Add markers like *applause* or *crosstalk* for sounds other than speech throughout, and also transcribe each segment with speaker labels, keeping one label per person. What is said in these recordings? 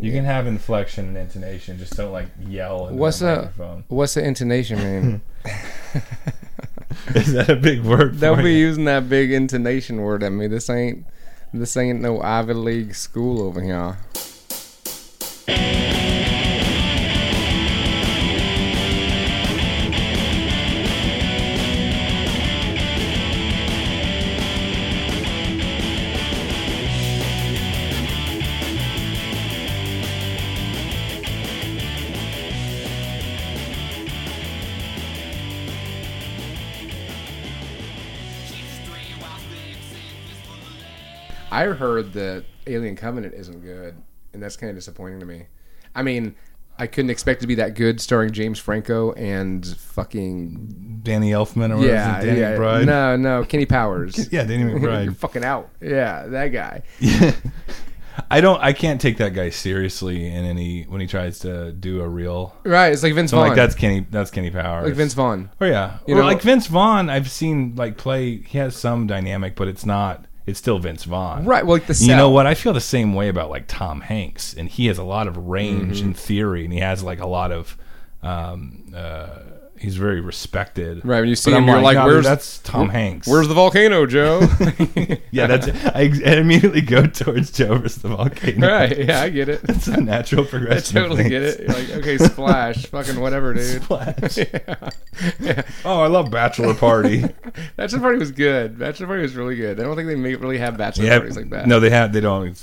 Speaker 1: You can have inflection and intonation. Just don't like yell. Into
Speaker 2: What's
Speaker 1: the
Speaker 2: up?
Speaker 1: microphone.
Speaker 2: What's the intonation mean?
Speaker 3: *laughs* Is that a big word?
Speaker 2: Don't
Speaker 3: for
Speaker 2: be
Speaker 3: you?
Speaker 2: using that big intonation word at me. This ain't this ain't no Ivy League school over here. I heard that Alien Covenant isn't good, and that's kind of disappointing to me. I mean, I couldn't expect it to be that good, starring James Franco and fucking
Speaker 3: Danny Elfman or
Speaker 2: yeah,
Speaker 3: yeah, Danny
Speaker 2: yeah,
Speaker 3: McBride.
Speaker 2: no, no, Kenny Powers.
Speaker 3: *laughs* Yeah, Danny
Speaker 2: You're *laughs*
Speaker 3: McBride.
Speaker 2: fucking out. Yeah, that guy.
Speaker 3: *laughs* I don't. I can't take that guy seriously in any when he tries to do a reel.
Speaker 2: Right, it's like Vince
Speaker 3: So
Speaker 2: Vaughn.
Speaker 3: like that's Kenny. That's Kenny Powers.
Speaker 2: like Vince Vaughn.
Speaker 3: Oh yeah.
Speaker 2: You
Speaker 3: Well,
Speaker 2: know-
Speaker 3: like Vince Vaughn, I've seen like play. He has some dynamic, but it's not. It's still Vince Vaughn.
Speaker 2: Right, well, like the
Speaker 3: You know
Speaker 2: cell.
Speaker 3: what? I feel the same way about like Tom Hanks, and he has a lot of range
Speaker 2: Mm-hmm.
Speaker 3: in theory, and he has like a lot of. Um, uh, he's very respected.
Speaker 2: Right, when you see
Speaker 3: But
Speaker 2: him,
Speaker 3: I'm
Speaker 2: you're like,
Speaker 3: "No,
Speaker 2: "Where's-
Speaker 3: that's Tom Hanks?
Speaker 2: Where's the volcano,
Speaker 3: *laughs*
Speaker 2: Joe? *laughs*
Speaker 3: yeah, that's I, ex- I immediately go towards Joe versus the volcano.
Speaker 2: right. Yeah,
Speaker 3: *laughs*
Speaker 2: I get it.
Speaker 3: It's a natural
Speaker 2: I
Speaker 3: progression. of
Speaker 2: totally get
Speaker 3: things.
Speaker 2: it. You're like, okay, splash, fucking whatever, dude.
Speaker 3: Splash.
Speaker 2: yeah. *laughs* yeah.
Speaker 3: *laughs* Oh, I love Bachelor Party.
Speaker 2: Bachelor Party was good. Bachelor Party was really good. I don't think they make, really have bachelor
Speaker 3: yeah,
Speaker 2: *laughs* parties like that.
Speaker 3: no, they have. They don't.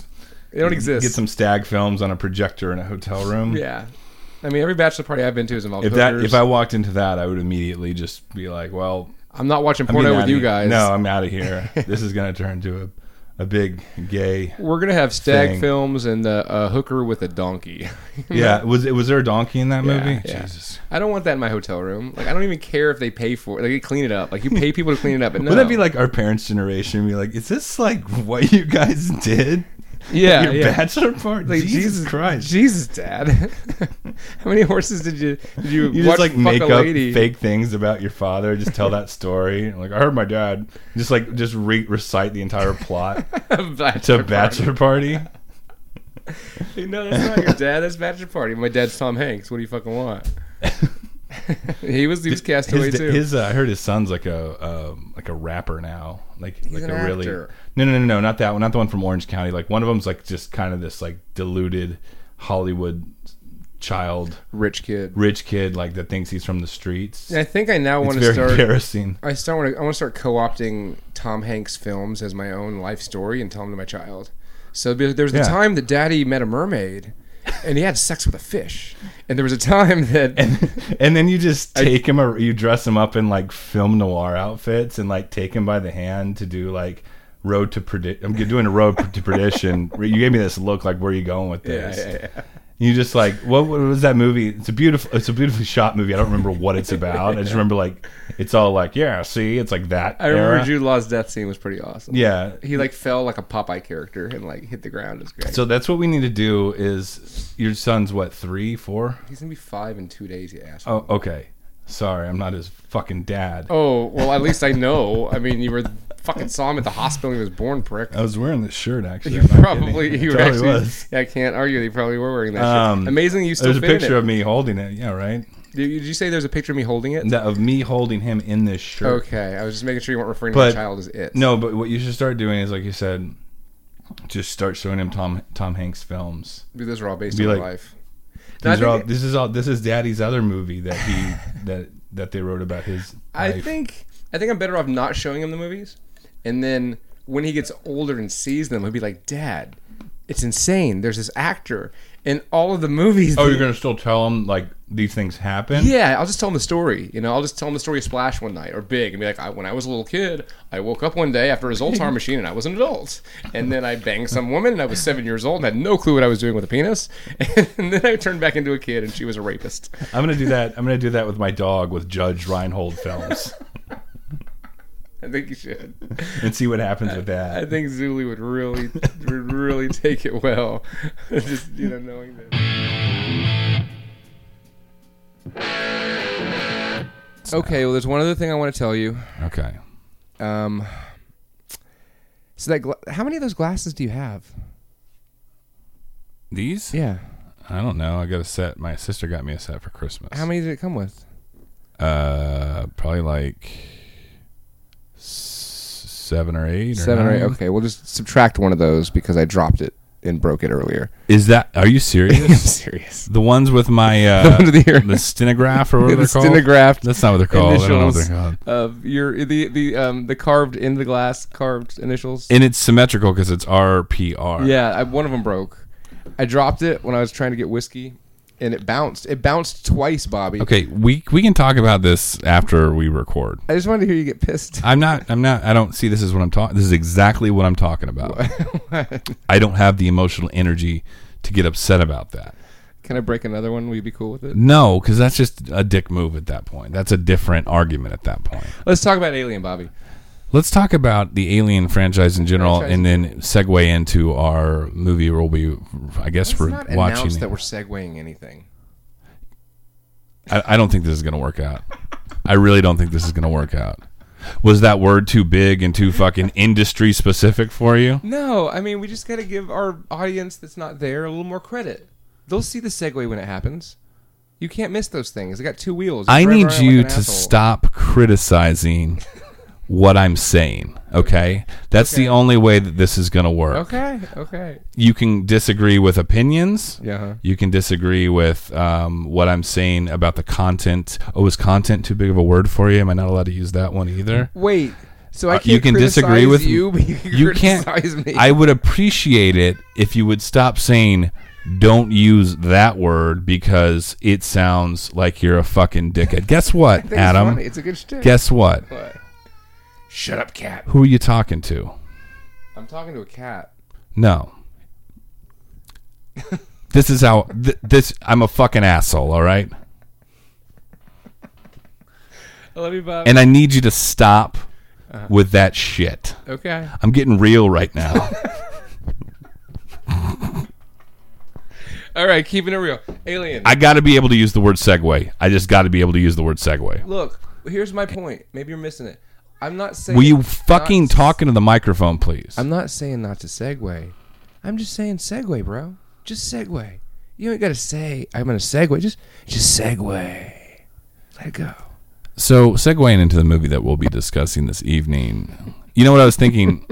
Speaker 2: they don't exist.
Speaker 3: Get some stag films on a projector in a hotel room.
Speaker 2: Yeah, I mean, every bachelor party I've been to has involved
Speaker 3: If that, if
Speaker 2: hookers.
Speaker 3: I walked into that, I would immediately just be like, "Well,
Speaker 2: I'm not watching
Speaker 3: I'm getting
Speaker 2: porno
Speaker 3: outta
Speaker 2: with you
Speaker 3: here.
Speaker 2: guys.
Speaker 3: No, I'm out of
Speaker 2: *laughs*
Speaker 3: here. this is gonna turn into a, a big gay.
Speaker 2: we're gonna have stag
Speaker 3: Thing.
Speaker 2: films and uh, a hooker with a donkey. *laughs*
Speaker 3: Yeah, was it was there a donkey in that
Speaker 2: Yeah,
Speaker 3: movie?
Speaker 2: yeah.
Speaker 3: Jesus.
Speaker 2: I don't want that in my hotel room. Like, I don't even care if they pay for it. Like, they clean it up. Like, you pay people to clean it up. But no.
Speaker 3: Would that be like our parents' generation? Be like, is this like what you guys did?
Speaker 2: yeah,
Speaker 3: Your
Speaker 2: yeah. *laughs*
Speaker 3: bachelor party?
Speaker 2: Like,
Speaker 3: Jesus,
Speaker 2: Jesus-
Speaker 3: Christ!
Speaker 2: Jesus, Dad. *laughs* How many horses did you did you,
Speaker 3: you
Speaker 2: watch
Speaker 3: just like
Speaker 2: fuck
Speaker 3: make
Speaker 2: a
Speaker 3: up
Speaker 2: lady?
Speaker 3: fake things about your father. Just tell
Speaker 2: *laughs*
Speaker 3: that story. Like I heard my dad just like just re- recite the entire
Speaker 2: *laughs*
Speaker 3: plot
Speaker 2: bachelor
Speaker 3: to Bachelor Party.
Speaker 2: Party. *laughs* No, that's not
Speaker 3: *laughs*
Speaker 2: your dad. That's bachelor party. My dad's Tom Hanks. What do you fucking want? *laughs*
Speaker 3: *laughs*
Speaker 2: he was he was cast away
Speaker 3: His,
Speaker 2: too.
Speaker 3: his uh, I heard his son's like a um, like a rapper now. Like like
Speaker 2: an
Speaker 3: a really
Speaker 2: actor.
Speaker 3: no no no no not that one not the one from Orange County. Like one of them's like just kind of this like deluded Hollywood child
Speaker 2: Rich kid.
Speaker 3: rich kid like that thinks he's from the streets.
Speaker 2: And I think I now
Speaker 3: it's
Speaker 2: want to
Speaker 3: very
Speaker 2: start.
Speaker 3: embarrassing.
Speaker 2: I start. wanna- I want to start co-opting Tom Hanks films as my own life story and tell them to my child. So be- there was the
Speaker 3: Yeah.
Speaker 2: time that Daddy met a mermaid, and he had sex with a fish, and there was a time that
Speaker 3: *laughs* and and then you just take him a, you dress him up in like film noir outfits and like take him by the hand to do like road to perdition i'm doing a road *laughs* to perdition you gave me this look like where are you going with this you just like what, what was that movie it's a beautiful it's a beautifully shot movie i don't remember what it's about i just remember like it's all like yeah see it's like that
Speaker 2: I remember
Speaker 3: era.
Speaker 2: Jude Law's death scene was pretty awesome.
Speaker 3: yeah
Speaker 2: He like fell like a Popeye character and like hit the ground. It's great.
Speaker 3: so that's what we need to do is your son's what three four?
Speaker 2: He's gonna be five in two days, you asshole.
Speaker 3: Oh, okay sorry i'm not his fucking dad
Speaker 2: Oh well, at least I know. I mean, you were fucking saw him at the hospital. He was born prick.
Speaker 3: I was wearing this shirt actually.
Speaker 2: You
Speaker 3: I'm not
Speaker 2: probably
Speaker 3: kidding.
Speaker 2: you
Speaker 3: I *laughs*
Speaker 2: were
Speaker 3: totally
Speaker 2: actually.
Speaker 3: was.
Speaker 2: Yeah, I can't argue. They probably were wearing that.
Speaker 3: Um,
Speaker 2: shit. Amazing, you still
Speaker 3: There's a
Speaker 2: fit in
Speaker 3: picture
Speaker 2: it.
Speaker 3: of me holding it. Yeah, right.
Speaker 2: Did, did you say there's a picture of me holding it?
Speaker 3: That of me holding him in this shirt.
Speaker 2: Okay, I was just making sure you weren't referring to
Speaker 3: But-
Speaker 2: the child as it.
Speaker 3: No, but what you should start doing is, like you said, just start showing him Tom Tom Hanks films.
Speaker 2: Dude, those are all based
Speaker 3: Be
Speaker 2: on
Speaker 3: like-
Speaker 2: life. No, I
Speaker 3: These are all.
Speaker 2: think-
Speaker 3: This is all. This is Daddy's other movie that he *laughs* that that they wrote about his.
Speaker 2: I
Speaker 3: life.
Speaker 2: think I think I'm better off not showing him the movies, and then when he gets older and sees them, he'll be like, "Dad, it's insane. There's this actor in all of the movies."
Speaker 3: Oh,
Speaker 2: that-
Speaker 3: you're gonna still tell him like these things happen.
Speaker 2: yeah, I'll just tell him the story. You know, I'll just tell him the story of Splash one night or Big, and be like, I, "When I was a little kid, I woke up one day after
Speaker 3: *laughs*
Speaker 2: a Zoltar machine, and I was an adult. And then I banged some woman, and I was seven years old, and had no clue what I was doing with a penis. *laughs* And then I turned back into a kid, and she was a rapist.
Speaker 3: I'm gonna do that. I'm gonna do that with my dog with Judge Reinhold
Speaker 2: *laughs*
Speaker 3: films
Speaker 2: I think you should.
Speaker 3: and see what happens with
Speaker 2: I
Speaker 3: that.
Speaker 2: think Zuli would really, would really take it well. *laughs* Just you know, knowing that. Okay, well, there's one other thing I want to tell you.
Speaker 3: Okay.
Speaker 2: Um, so that gla- how many of those glasses do you have?
Speaker 3: These?
Speaker 2: Yeah.
Speaker 3: I don't know. I got a set. My sister got me a set for Christmas.
Speaker 2: How many did it come with?
Speaker 3: Uh, probably like s- seven or eight. Or
Speaker 2: Seven or eight.
Speaker 3: nine.
Speaker 2: Okay, we'll just subtract one of those because I dropped it and broke it *laughs* earlier.
Speaker 3: Is that? Are you
Speaker 2: I'm *laughs*
Speaker 3: serious?
Speaker 2: serious.
Speaker 3: the ones with my uh,
Speaker 2: The ones with the-
Speaker 3: the stenograph or whatever
Speaker 2: *laughs*
Speaker 3: they're
Speaker 2: the
Speaker 3: called.
Speaker 2: stenographed
Speaker 3: That's not what they're called. I don't know what
Speaker 2: initials
Speaker 3: they're called.
Speaker 2: of your the the um the carved in the glass carved initials.
Speaker 3: And it's symmetrical because it's RPR.
Speaker 2: Yeah, I, one of them broke. I dropped it when I was trying to get whiskey, and it bounced. It bounced twice, Bobby.
Speaker 3: Okay, we we can talk about this after we record.
Speaker 2: I just wanted to hear you get *laughs* pissed.
Speaker 3: I'm not. I'm not. I don't see. This is what I'm talking. This is exactly what I'm talking about. I don't have the emotional energy to get upset about that.
Speaker 2: Can I break another one? Will you be cool with it?
Speaker 3: No, because that's just a dick move at that point. That's a different argument at that point.
Speaker 2: Let's talk about Alien, Bobby.
Speaker 3: Let's talk about the Alien franchise in general,
Speaker 2: Franchise.
Speaker 3: and then segue into our movie. We'll be, I guess,
Speaker 2: Let's
Speaker 3: we're
Speaker 2: not
Speaker 3: watching.
Speaker 2: announce that we're segueing anything.
Speaker 3: I, I don't think this is going to work out. I really don't think this is going to work out. Was that word too big and too
Speaker 2: *laughs*
Speaker 3: fucking industry specific for you?
Speaker 2: No, I mean we just got to give our audience that's not there a little more credit. They'll see the segue when it happens. You can't miss those things. They got two wheels.
Speaker 3: I
Speaker 2: Drive
Speaker 3: need
Speaker 2: around
Speaker 3: you
Speaker 2: like an
Speaker 3: to
Speaker 2: asshole.
Speaker 3: stop
Speaker 2: *laughs*
Speaker 3: criticizing what I'm saying. Okay, that's the only way that this is going to work.
Speaker 2: Okay. Okay.
Speaker 3: You can disagree with opinions.
Speaker 2: Yeah. huh.
Speaker 3: You can disagree with um, what I'm saying about the content. Oh, is content too big of a word for you? Am I not allowed to use that one
Speaker 2: *laughs*
Speaker 3: either?
Speaker 2: Wait. So I
Speaker 3: Uh,
Speaker 2: can't
Speaker 3: you can disagree
Speaker 2: criticize
Speaker 3: with
Speaker 2: you, but you can
Speaker 3: You can't.
Speaker 2: criticize me.
Speaker 3: I would appreciate it if you would stop saying don't use that word because it sounds like you're a fucking
Speaker 2: *laughs*
Speaker 3: dickhead. Guess what,
Speaker 2: think it's
Speaker 3: Adam?
Speaker 2: funny. It's a good shtick.
Speaker 3: Guess what?
Speaker 2: What? Shut up, cat.
Speaker 3: Who are you talking to?
Speaker 2: I'm talking to a cat. *laughs*
Speaker 3: No. this is how th- this I'm a fucking asshole, all right?
Speaker 2: I love you, Bob.
Speaker 3: And I need you to stop
Speaker 2: Uh-huh.
Speaker 3: with that shit.
Speaker 2: okay.
Speaker 3: I'm getting real right
Speaker 2: *laughs*
Speaker 3: now.
Speaker 2: All right. Keeping it real. Alien.
Speaker 3: I got to be able to use the word segue. I just got to be able to use the word segue.
Speaker 2: Look. Here's my point. Maybe you're missing it. I'm not saying.
Speaker 3: Will you fucking
Speaker 2: not-
Speaker 3: talk into the microphone, please?
Speaker 2: I'm not saying not to segue. I'm just saying segue, bro. Just segue. You ain't gotta say I'm gonna segue. Just just segue. Let it go.
Speaker 3: So, segueing into the movie that we'll be discussing this evening, you know what I was *laughs* thinking?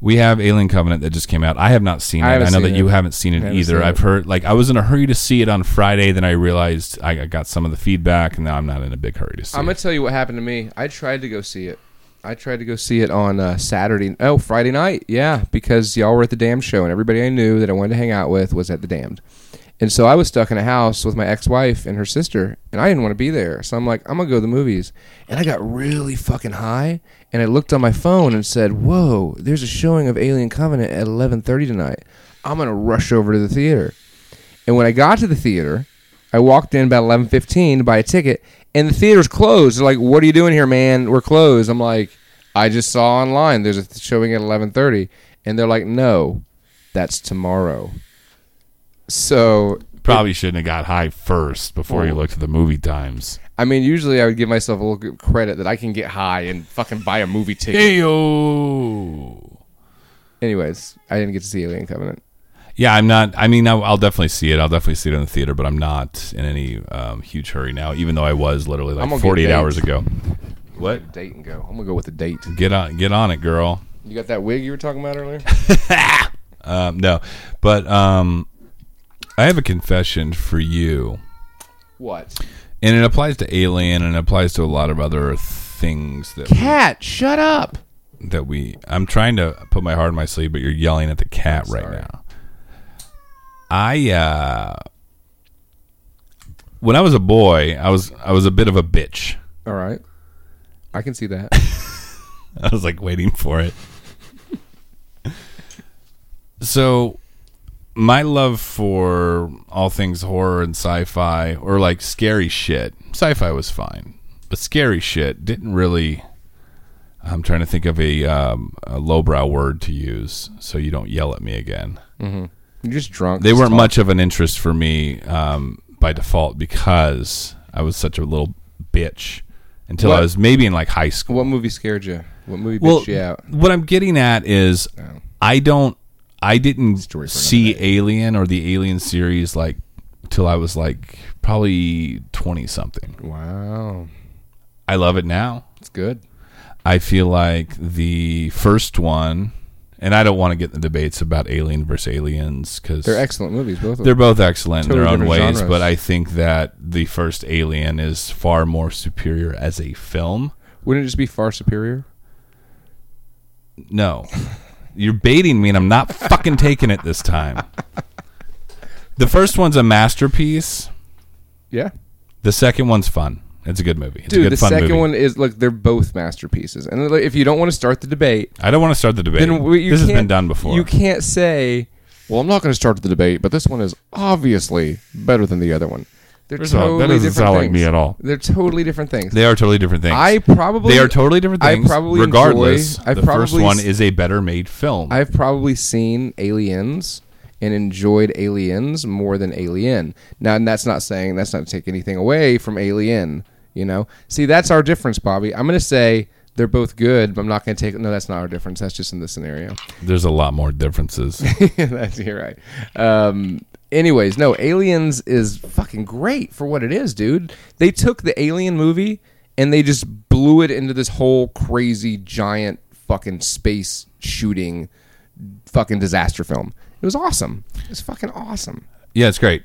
Speaker 3: we have Alien Covenant that just came out. I have not seen it.
Speaker 2: I
Speaker 3: I,
Speaker 2: haven't
Speaker 3: know
Speaker 2: seen
Speaker 3: that
Speaker 2: it.
Speaker 3: you haven't seen it
Speaker 2: haven't
Speaker 3: either.
Speaker 2: seen
Speaker 3: I've heard, like, I was in a hurry to see it on Friday, then I realized I I got some of the feedback, and now I'm not in a big hurry to see
Speaker 2: I'm
Speaker 3: it.
Speaker 2: gonna tell you what happened to me. I tried to go see it. I tried to go see it on uh, Saturday. Oh, Friday night. Yeah, because y'all were at the Damned show, and everybody I knew that I wanted to hang out with was at the Damned. And so I was stuck in a house with my ex-wife and her sister, and I didn't want to be there. So I'm like, I'm gonna go to the movies. And I got really fucking high, and I looked on my phone and said, "Whoa, there's a showing of Alien Covenant at 11:30 tonight. I'm gonna rush over to the theater." And when I got to the theater, I walked in about eleven fifteen to buy a ticket, and the theater's closed. They're like, "What are you doing here, man? We're closed." I'm like, "I just saw online there's a th- showing at eleven thirty, and they're like, "No, that's tomorrow." So,
Speaker 3: Probably shouldn't have got high first before
Speaker 2: Oh.
Speaker 3: you looked at the movie times.
Speaker 2: I mean, usually I would give myself a little g- credit that I can get high and fucking buy a movie ticket.
Speaker 3: Ayo.
Speaker 2: Anyways, I didn't get to see Alien Covenant.
Speaker 3: Yeah, I'm not. I mean, I'll, I'll definitely see it. I'll definitely see it in the theater, but I'm not in any um, huge hurry now. Even though I was literally
Speaker 2: I'm
Speaker 3: like
Speaker 2: gonna get
Speaker 3: 48
Speaker 2: baked.
Speaker 3: hours ago. What?
Speaker 2: Date and go. I'm gonna go with the date.
Speaker 3: Get on, get on it, girl.
Speaker 2: You got that wig you were talking about *laughs* earlier?
Speaker 3: Um, no, but um, I have a confession for you,
Speaker 2: what?
Speaker 3: and it applies to Alien, and it applies to a lot of other things that
Speaker 2: Cat, shut up.
Speaker 3: that we. I'm trying to put my heart in my sleeve, but you're yelling at the cat right
Speaker 2: sorry.
Speaker 3: now. I uh, when I was a boy, I was I was a bit of a bitch.
Speaker 2: All right, I can see that.
Speaker 3: I was like waiting for it. *laughs* so my love for all things horror and sci-fi or like scary shit. Sci-fi was fine, but scary shit didn't really I'm trying to think of a, um, a lowbrow word to use so you don't yell at me again.
Speaker 2: You're just drunk.
Speaker 3: They
Speaker 2: Just
Speaker 3: weren't
Speaker 2: talk.
Speaker 3: much of an interest for me um, by default because I was such a little bitch until I
Speaker 2: What?
Speaker 3: was maybe in like high school.
Speaker 2: What movie scared you? What movie bitched you out?
Speaker 3: What I'm getting at is I don't I didn't
Speaker 2: Story for another
Speaker 3: see Alien or the Alien series like till I was like probably twenty something.
Speaker 2: Wow,
Speaker 3: I love it now.
Speaker 2: it's good.
Speaker 3: I feel like the first one, and I don't want to get in the debates about Alien versus Aliens because
Speaker 2: They're excellent movies, both of
Speaker 3: They're
Speaker 2: them.
Speaker 3: both excellent in their
Speaker 2: Totally
Speaker 3: own ways,
Speaker 2: different genres.
Speaker 3: but I think that the first Alien is far more superior as a film.
Speaker 2: Wouldn't it just be far superior?
Speaker 3: No. You're baiting me and I'm not fucking taking it this time. The first one's a masterpiece.
Speaker 2: Yeah,
Speaker 3: The second one's fun. It's a good movie. It's a
Speaker 2: dude.
Speaker 3: good
Speaker 2: The
Speaker 3: fun
Speaker 2: second
Speaker 3: movie.
Speaker 2: one is look. They're both masterpieces. And like, if you don't want to start the debate,
Speaker 3: I don't want to start the debate.
Speaker 2: then we- you
Speaker 3: this has
Speaker 2: can't-
Speaker 3: been done before.
Speaker 2: You can't say, "Well, I'm not going to start the debate," but this one is obviously better than the other one. They're
Speaker 3: First of all,
Speaker 2: totally
Speaker 3: that doesn't
Speaker 2: different
Speaker 3: sound like
Speaker 2: things.
Speaker 3: me at all.
Speaker 2: They're totally different things.
Speaker 3: they are totally different things.
Speaker 2: I probably
Speaker 3: they are totally different
Speaker 2: I
Speaker 3: things.
Speaker 2: probably
Speaker 3: regardless,
Speaker 2: enjoy- I
Speaker 3: the first
Speaker 2: probably
Speaker 3: one
Speaker 2: s-
Speaker 3: is a better made film.
Speaker 2: I've probably seen Aliens and enjoyed Aliens more than Alien. Now, and that's not saying that's not taking anything away from Alien. You know, see, that's our difference, Bobby. I'm going to say they're both good, but I'm not going to take. No, that's not our difference. That's just in this scenario.
Speaker 3: There's a lot more differences.
Speaker 2: *laughs* that's you're right. Um, anyways, no, Aliens is fucking great for what it is, dude. They took the Alien movie and they just blew it into this whole crazy giant fucking space shooting fucking disaster film. It was awesome. It was fucking awesome.
Speaker 3: yeah, it's great.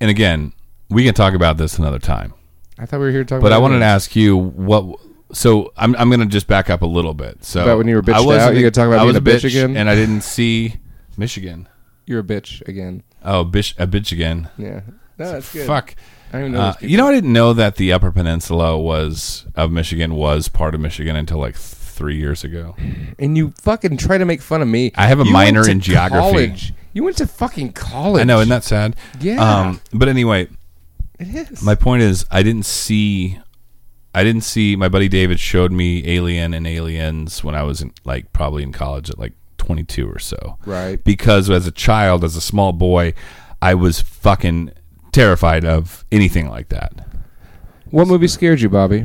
Speaker 3: And again, we can talk about this another time.
Speaker 2: I thought we were here talking.
Speaker 3: But
Speaker 2: about
Speaker 3: I wanted to
Speaker 2: aliens.
Speaker 3: ask you what. So I'm I'm gonna just back up a little bit. So
Speaker 2: About when you were bitched
Speaker 3: I wasn't-
Speaker 2: out? You gonna talk about
Speaker 3: I
Speaker 2: being
Speaker 3: was
Speaker 2: a bitch again?
Speaker 3: and I didn't see Michigan.
Speaker 2: You're a bitch again.
Speaker 3: Oh, bitch, a bitch again.
Speaker 2: Yeah. No, that's good.
Speaker 3: Fuck.
Speaker 2: I don't even know.
Speaker 3: Uh,
Speaker 2: those people.
Speaker 3: you know, I didn't know that the Upper Peninsula was of Michigan was part of Michigan until like three years ago.
Speaker 2: and you fucking try to make fun of me.
Speaker 3: I have a
Speaker 2: You
Speaker 3: minor
Speaker 2: went to
Speaker 3: in geography.
Speaker 2: college. You went to fucking college.
Speaker 3: I know, isn't that sad? Um,
Speaker 2: Yeah.
Speaker 3: but anyway,
Speaker 2: it is.
Speaker 3: my point is, I didn't see, I didn't see. My buddy David showed me Alien and Aliens when I was in, like probably in college at like 22 or so.
Speaker 2: Right.
Speaker 3: Because as a child, as a small boy, I was fucking terrified of anything like that.
Speaker 2: What movie scared you, Bobby?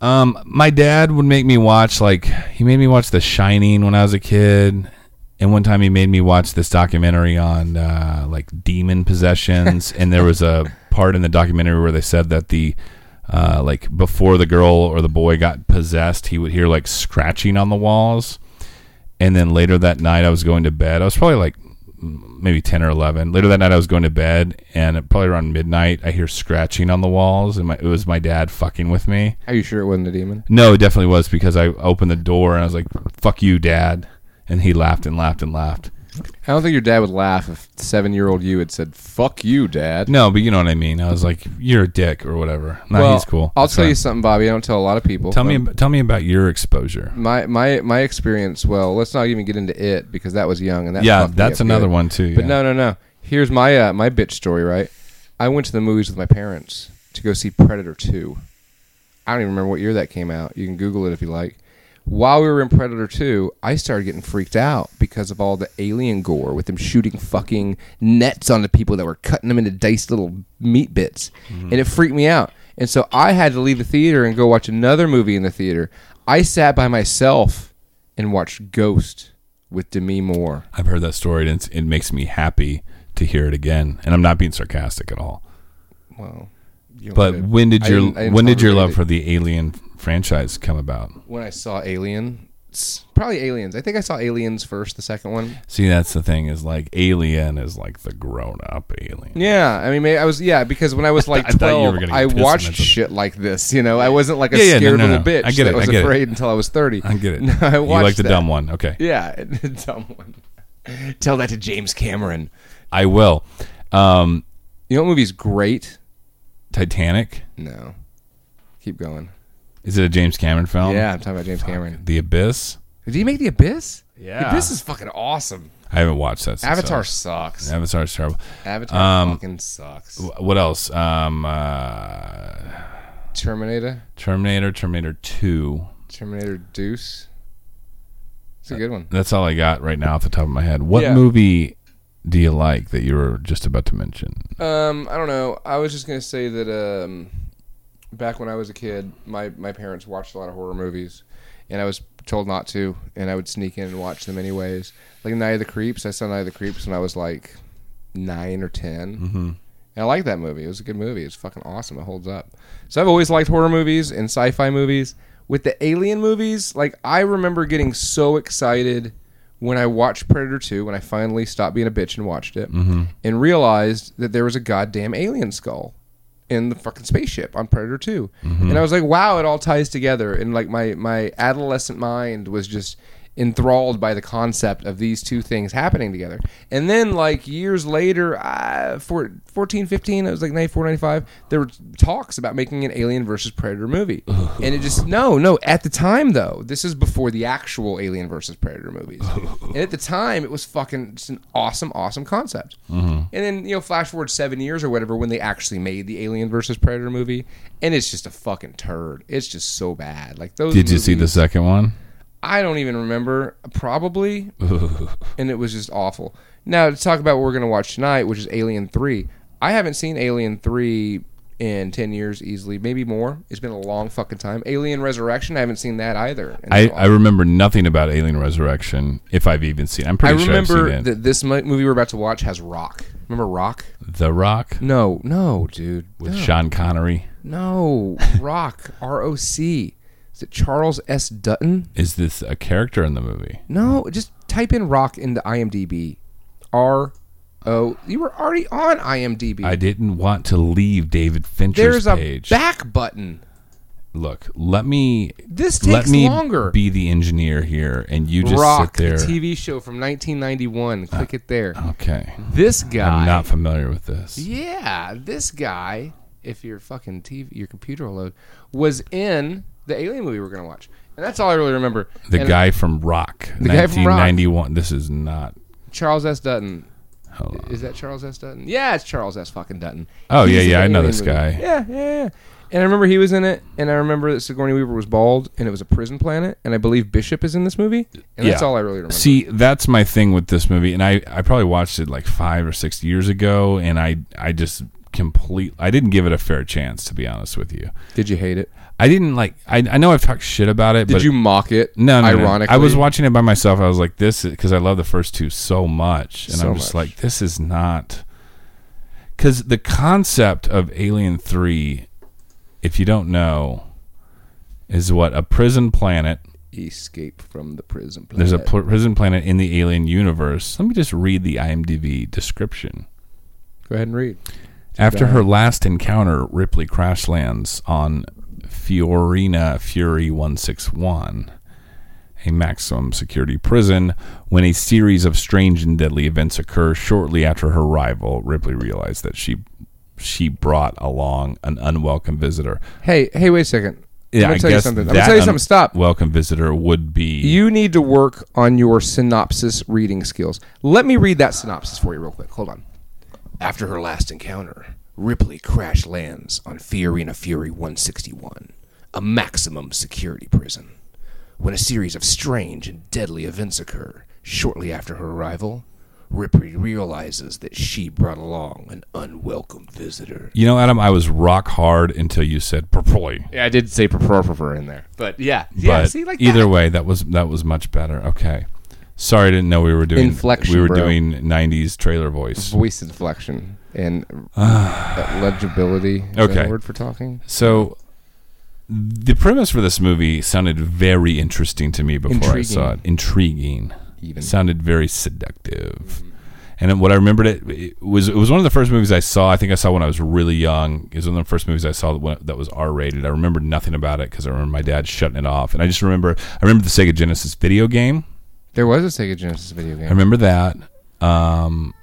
Speaker 3: Um, my dad would make me watch like he made me watch The Shining when I was a kid, and one time he made me watch this documentary on uh, like demon possessions, and there was a part in the documentary where they said that the uh, like before the girl or the boy got possessed, he would hear like scratching on the walls, and then later that night I was going to bed. I was probably like mm, maybe 10 or 11 later that night i was going to bed and at probably around midnight i hear scratching on the walls and my, it was my dad fucking with me
Speaker 2: Are you sure it wasn't a demon?
Speaker 3: no, it definitely was because I opened the door and I was like, "Fuck you, Dad," and he laughed and laughed and laughed.
Speaker 2: I don't think your dad would laugh if seven-year-old you had said "fuck you, dad."
Speaker 3: No, but you know what I mean. I was like, "You're a dick" or whatever. No,
Speaker 2: Well,
Speaker 3: he's cool.
Speaker 2: I'll
Speaker 3: That's
Speaker 2: tell
Speaker 3: fine.
Speaker 2: you something, Bobby. I don't tell a lot of people.
Speaker 3: Tell me.
Speaker 2: Um,
Speaker 3: ab- Tell me about your exposure.
Speaker 2: my my my experience. Well, let's not even get into it because that was young and that.
Speaker 3: yeah,
Speaker 2: fucked me
Speaker 3: that's
Speaker 2: up
Speaker 3: another
Speaker 2: good.
Speaker 3: one too.
Speaker 2: But
Speaker 3: yeah.
Speaker 2: no, no, no. Here's my uh, my bitch story. Right, I went to the movies with my parents to go see Predator Two. I don't even remember what year that came out. You can Google it if you like. While we were in Predator Two, I started getting freaked out because of all the alien gore with them shooting fucking nets on the people that were cutting them into diced little meat bits,
Speaker 3: Mm-hmm.
Speaker 2: and it freaked me out. And so I had to leave the theater and go watch another movie in the theater. I sat by myself and watched Ghost with Demi Moore.
Speaker 3: I've heard that story, and it's, it makes me happy to hear it again. And I'm not being sarcastic at all.
Speaker 2: Well, you don't
Speaker 3: But
Speaker 2: live-
Speaker 3: when did
Speaker 2: I
Speaker 3: your
Speaker 2: didn't- I didn't
Speaker 3: when did
Speaker 2: talk
Speaker 3: your
Speaker 2: about
Speaker 3: love
Speaker 2: it.
Speaker 3: for the Alien franchise come about?
Speaker 2: when I saw Alien? s- Probably Aliens. I think I saw Aliens first, the second one.
Speaker 3: See, that's the thing is like Alien is like the grown up Alien.
Speaker 2: Yeah, I mean, may- I was yeah because when I was like
Speaker 3: *laughs* I thought you were
Speaker 2: twelve,
Speaker 3: gonna get
Speaker 2: I
Speaker 3: pissed and
Speaker 2: watched
Speaker 3: that's a-
Speaker 2: shit like this. You know, I wasn't like a
Speaker 3: Yeah, yeah, no,
Speaker 2: scared
Speaker 3: no,
Speaker 2: little
Speaker 3: no.
Speaker 2: bitch
Speaker 3: I get
Speaker 2: that
Speaker 3: it, I
Speaker 2: was
Speaker 3: get it.
Speaker 2: afraid until I was thirty.
Speaker 3: I get it.
Speaker 2: *laughs* No, I
Speaker 3: you
Speaker 2: watched
Speaker 3: like the
Speaker 2: that. *laughs*
Speaker 3: dumb one, okay?
Speaker 2: Yeah, the dumb one. Tell that to James Cameron.
Speaker 3: I will. Um,
Speaker 2: You know what movie's great?
Speaker 3: Titanic.
Speaker 2: No, keep going.
Speaker 3: Is it a James Cameron film?
Speaker 2: yeah, I'm talking about James Cameron.
Speaker 3: The Abyss.
Speaker 2: Did he make The Abyss?
Speaker 3: Yeah.
Speaker 2: The Abyss is fucking awesome.
Speaker 3: I haven't watched that. Since
Speaker 2: Avatar
Speaker 3: I was-
Speaker 2: sucks.
Speaker 3: Avatar's terrible.
Speaker 2: Avatar
Speaker 3: Um,
Speaker 2: fucking sucks.
Speaker 3: Wh- What else? Um, uh,
Speaker 2: Terminator,
Speaker 3: Terminator. Terminator Two.
Speaker 2: Terminator Deuce. It's a good one.
Speaker 3: That's all I got right now off the top of my head. What
Speaker 2: Yeah.
Speaker 3: movie do you like that you were just about to mention?
Speaker 2: Um, I don't know. I was just gonna say that um, back when I was a kid, my my parents watched a lot of horror movies, and I was told not to, and I would sneak in and watch them anyways. Like Night of the Creeps, I saw Night of the Creeps when I was like nine or 10 Mm-hmm. And I like that movie. It was a good movie. It's fucking awesome. It holds up. So I've always liked horror movies and sci-fi movies. With the alien movies, like I remember getting so excited when I watched Predator 2, when I finally stopped being a bitch and watched
Speaker 3: Mm.
Speaker 2: it,
Speaker 3: Mm-hmm.
Speaker 2: and realized that there was a goddamn alien skull in the fucking spaceship on Predator 2.
Speaker 3: Mm-hmm. Mm.
Speaker 2: And I was like, wow, it all ties together. And like my, my adolescent mind was just enthralled by the concept of these two things happening together. And then like years later, uh, for 14, 15, it was like 94, 95, there were talks about making an Alien versus
Speaker 3: *laughs*
Speaker 2: Predator movie. and it just, no, no. At the time though, this is before the actual Alien versus
Speaker 3: *laughs*
Speaker 2: Predator movies. and at the time, it was fucking just an awesome, awesome concept.
Speaker 3: Mm-hmm.
Speaker 2: And then, you know, flash forward seven years or whatever when they actually made the Alien versus Predator movie. And it's just a fucking turd. It's just so bad. Like those
Speaker 3: Did you see the
Speaker 2: movies-
Speaker 3: second
Speaker 2: *laughs*
Speaker 3: one?
Speaker 2: I don't even remember, probably. and it was just awful. Now, to talk about what we're going to watch tonight, which is Alien 3. I haven't seen Alien 3 in 10 years easily, maybe more. It's been a long fucking time. Alien Resurrection, I haven't seen that either. And
Speaker 3: I,
Speaker 2: it's
Speaker 3: I
Speaker 2: awful.
Speaker 3: remember nothing about Alien Resurrection, if I've even seen. I'm
Speaker 2: I
Speaker 3: pretty sure I've
Speaker 2: remember
Speaker 3: seen it.
Speaker 2: that this mo- movie we're about to watch has Rock. Remember Rock?
Speaker 3: the Rock
Speaker 2: No, no, dude.
Speaker 3: with
Speaker 2: no.
Speaker 3: Sean Connery.
Speaker 2: No, Rock. R O C. Is it Charles S. Dutton?
Speaker 3: Is this a character in the movie?
Speaker 2: No, just type in rock into IMDb. R O. You were already on IMDb.
Speaker 3: I didn't want to leave David Fincher's
Speaker 2: Mm. There's a
Speaker 3: page.
Speaker 2: back button.
Speaker 3: Look, let me
Speaker 2: This
Speaker 3: let
Speaker 2: takes
Speaker 3: me
Speaker 2: longer.
Speaker 3: be the engineer here, and you just
Speaker 2: rock,
Speaker 3: sit there.
Speaker 2: the TV show from 1991. Click it there.
Speaker 3: Okay,
Speaker 2: This guy.
Speaker 3: I'm not familiar with this.
Speaker 2: yeah, this guy. If your fucking TV, your computer will load, was in the Alien movie we're gonna watch, and that's all I really remember.
Speaker 3: The
Speaker 2: And
Speaker 3: guy from Rock,
Speaker 2: The guy from Rock.
Speaker 3: 1991. This is not.
Speaker 2: Charles S. Dutton.
Speaker 3: Hold on.
Speaker 2: Is that Charles S. Dutton? Yeah, it's Charles S. Fucking Dutton.
Speaker 3: Oh,
Speaker 2: He's
Speaker 3: yeah, yeah,
Speaker 2: in
Speaker 3: I know
Speaker 2: Alien
Speaker 3: this
Speaker 2: movie.
Speaker 3: guy.
Speaker 2: Yeah, yeah, yeah. And I remember he was in it, and I remember that Sigourney Weaver was bald, and it was a prison planet, and I believe Bishop is in this movie, and that's
Speaker 3: Yeah.
Speaker 2: all I really remember.
Speaker 3: See, that's my thing with this movie, and I, I probably watched it like five or six years ago, and I I just complete I didn't give it a fair chance to be honest with you.
Speaker 2: Did you hate it?
Speaker 3: I didn't like I, I know I've talked shit about it,
Speaker 2: Did
Speaker 3: but
Speaker 2: you mock it?
Speaker 3: no, no, no.
Speaker 2: ironically,
Speaker 3: I was watching it by myself. I was like, this because I love the first two so much, and
Speaker 2: So
Speaker 3: I'm just
Speaker 2: much.
Speaker 3: like, this is not because the concept of Alien Three, if you don't know, is what a prison planet
Speaker 2: Escape from the prison planet.
Speaker 3: there's a pl- prison planet in the alien universe. Let me just read the IMDb description.
Speaker 2: Go ahead and read.
Speaker 3: After her last encounter, Ripley crash lands on Fiorina Fury 161, a maximum security prison, when a series of strange and deadly events occur shortly after her arrival. Ripley realized that she she brought along an unwelcome visitor.
Speaker 2: Hey, hey, wait a second.
Speaker 3: Yeah,
Speaker 2: I'm gonna
Speaker 3: I
Speaker 2: tell you
Speaker 3: guess
Speaker 2: something. I'm
Speaker 3: that
Speaker 2: gonna tell you
Speaker 3: un-
Speaker 2: something. Stop.
Speaker 3: Welcome visitor would be
Speaker 2: You need to work on your synopsis reading skills. Let me read that synopsis for you real quick. Hold on. After her last encounter, Ripley crash lands on Fiorina Fury 161, a maximum security prison. When a series of strange and deadly events occur shortly after her arrival, Ripley realizes that she brought along an unwelcome visitor.
Speaker 3: You know, Adam, I was rock hard until you said purpley.
Speaker 2: Yeah, I did say prefer in there, but yeah,
Speaker 3: but either way, that was that was much better. Okay. Sorry, I didn't know we were doing
Speaker 2: Inflection,
Speaker 3: We were
Speaker 2: bro.
Speaker 3: doing '90s trailer voice.
Speaker 2: voice inflection
Speaker 3: *sighs*
Speaker 2: and uh, legibility. Is that
Speaker 3: Okay.
Speaker 2: a word for talking.
Speaker 3: So, the premise for this movie sounded very interesting to me before I saw it. Intriguing,
Speaker 2: Even. Mm-hmm.
Speaker 3: sounded very seductive. And then what I remembered it, it was it was one of the first movies I saw. I think I saw when I was really young. It was one of the first movies I saw that, when, that was R rated. I remember nothing about it because I remember my dad shutting it off. And I just remember I remember the Sega Genesis video game.
Speaker 2: There was a Sega Genesis video
Speaker 3: I
Speaker 2: game.
Speaker 3: remember that. Um,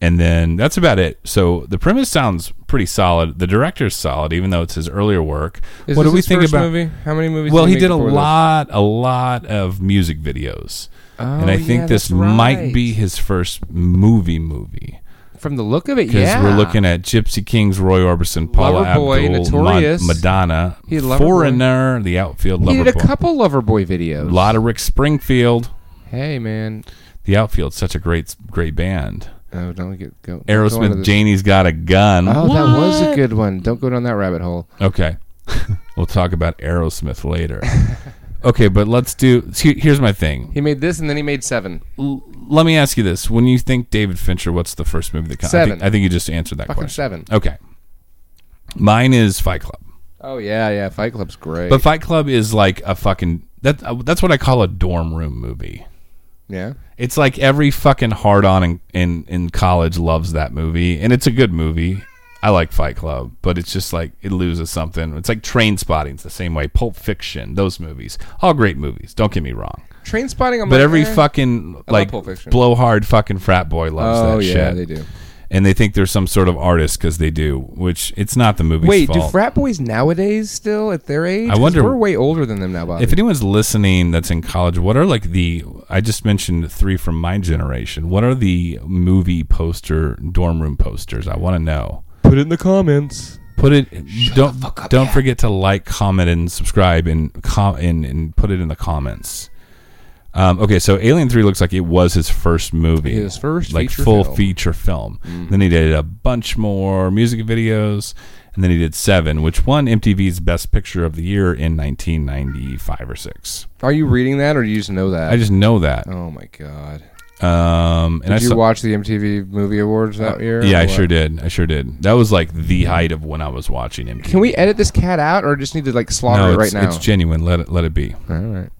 Speaker 3: and then that's about it. So the premise sounds pretty solid. The director's solid, even though it's his earlier work.
Speaker 2: Is
Speaker 3: what
Speaker 2: this
Speaker 3: do we
Speaker 2: his
Speaker 3: think
Speaker 2: first
Speaker 3: about?
Speaker 2: Movie? How many movies?
Speaker 3: Well,
Speaker 2: did
Speaker 3: he
Speaker 2: make
Speaker 3: did a
Speaker 2: before this?
Speaker 3: lot, a lot of music videos,
Speaker 2: Oh,
Speaker 3: and I think
Speaker 2: yeah,
Speaker 3: this
Speaker 2: that's
Speaker 3: might
Speaker 2: right.
Speaker 3: be his first movie movie
Speaker 2: from the look of it.
Speaker 3: because
Speaker 2: Yeah,
Speaker 3: we're looking at Gypsy Kings, Roy Orbison, Paula
Speaker 2: Loverboy,
Speaker 3: Abdul,
Speaker 2: Notorious.
Speaker 3: Madonna,
Speaker 2: He had Loverboy.
Speaker 3: Foreigner, The Outfield,
Speaker 2: He did a
Speaker 3: Loverboy,
Speaker 2: couple Loverboy
Speaker 3: a
Speaker 2: videos.
Speaker 3: lot of Rick Springfield.
Speaker 2: Hey man,
Speaker 3: The Outfield, such a great, great band.
Speaker 2: oh don't get go. don't go into
Speaker 3: Aerosmith,
Speaker 2: this-
Speaker 3: Janie's got a gun.
Speaker 2: Oh, that was
Speaker 3: *laughs*
Speaker 2: a good one. Don't go down that rabbit hole. *laughs*
Speaker 3: Okay. we'll talk about Aerosmith later. Okay, but let's do. see, Here's my thing.
Speaker 2: He made this and then he made seven.
Speaker 3: L- let me ask you this: When you think David Fincher, what's the first movie that comes? I
Speaker 2: Seven.
Speaker 3: think, I think you just answered that
Speaker 2: Fucking
Speaker 3: question.
Speaker 2: seven.
Speaker 3: Okay. Mine is Fight Club,
Speaker 2: Oh yeah, yeah. Fight Club's great.
Speaker 3: but Fight Club is like a fucking that. uh, That's what I call a dorm room movie.
Speaker 2: yeah.
Speaker 3: It's like every fucking hard on in, in in college loves that movie, and it's a good movie. I like Fight Club, but it's just like it loses something. It's like Train Spotting's the same way. Pulp Fiction, those movies, all great movies. Don't get me wrong.
Speaker 2: Train spotting. I'm
Speaker 3: But
Speaker 2: like,
Speaker 3: every
Speaker 2: eh.
Speaker 3: fucking
Speaker 2: I love
Speaker 3: like
Speaker 2: Pulp Fiction.
Speaker 3: blowhard fucking frat boy loves
Speaker 2: Oh
Speaker 3: that
Speaker 2: yeah,
Speaker 3: shit,
Speaker 2: they do.
Speaker 3: and they think they're some sort of artist because they do, which it's not the movie's
Speaker 2: Wait,
Speaker 3: fault.
Speaker 2: do frat boys nowadays still at their age?
Speaker 3: I
Speaker 2: 'Cause
Speaker 3: wonder-
Speaker 2: We're way older than them now, Bobby.
Speaker 3: if anyone's listening that's in college, what are like the? I just mentioned three from my generation. What are the movie poster dorm room posters? I want to know.
Speaker 2: Put it in the comments.
Speaker 3: Put it. don't don't forget to like, comment, and subscribe, and com and, and put it in the comments. Um, okay, so Alien Three looks like it was his first movie,
Speaker 2: His first
Speaker 3: like
Speaker 2: feature
Speaker 3: full
Speaker 2: film. Mm.
Speaker 3: feature film. Then he did a bunch more music videos, and then he did Seven, which won MTV's Best Picture of the Year in 1995 or six.
Speaker 2: Are you reading that, or do you just know that?
Speaker 3: I just know that.
Speaker 2: oh my god!
Speaker 3: Um, and
Speaker 2: Did
Speaker 3: I
Speaker 2: you
Speaker 3: saw- Uh,
Speaker 2: watch the MTV Movie Awards that year?
Speaker 3: yeah,
Speaker 2: or
Speaker 3: I
Speaker 2: what?
Speaker 3: sure did. I sure did. That was like the height of when I was watching MTV.
Speaker 2: Can we edit this cat out, or just need to like slaughter
Speaker 3: No,
Speaker 2: it
Speaker 3: it's,
Speaker 2: right now?
Speaker 3: it's genuine. Let it let it be.
Speaker 2: All right.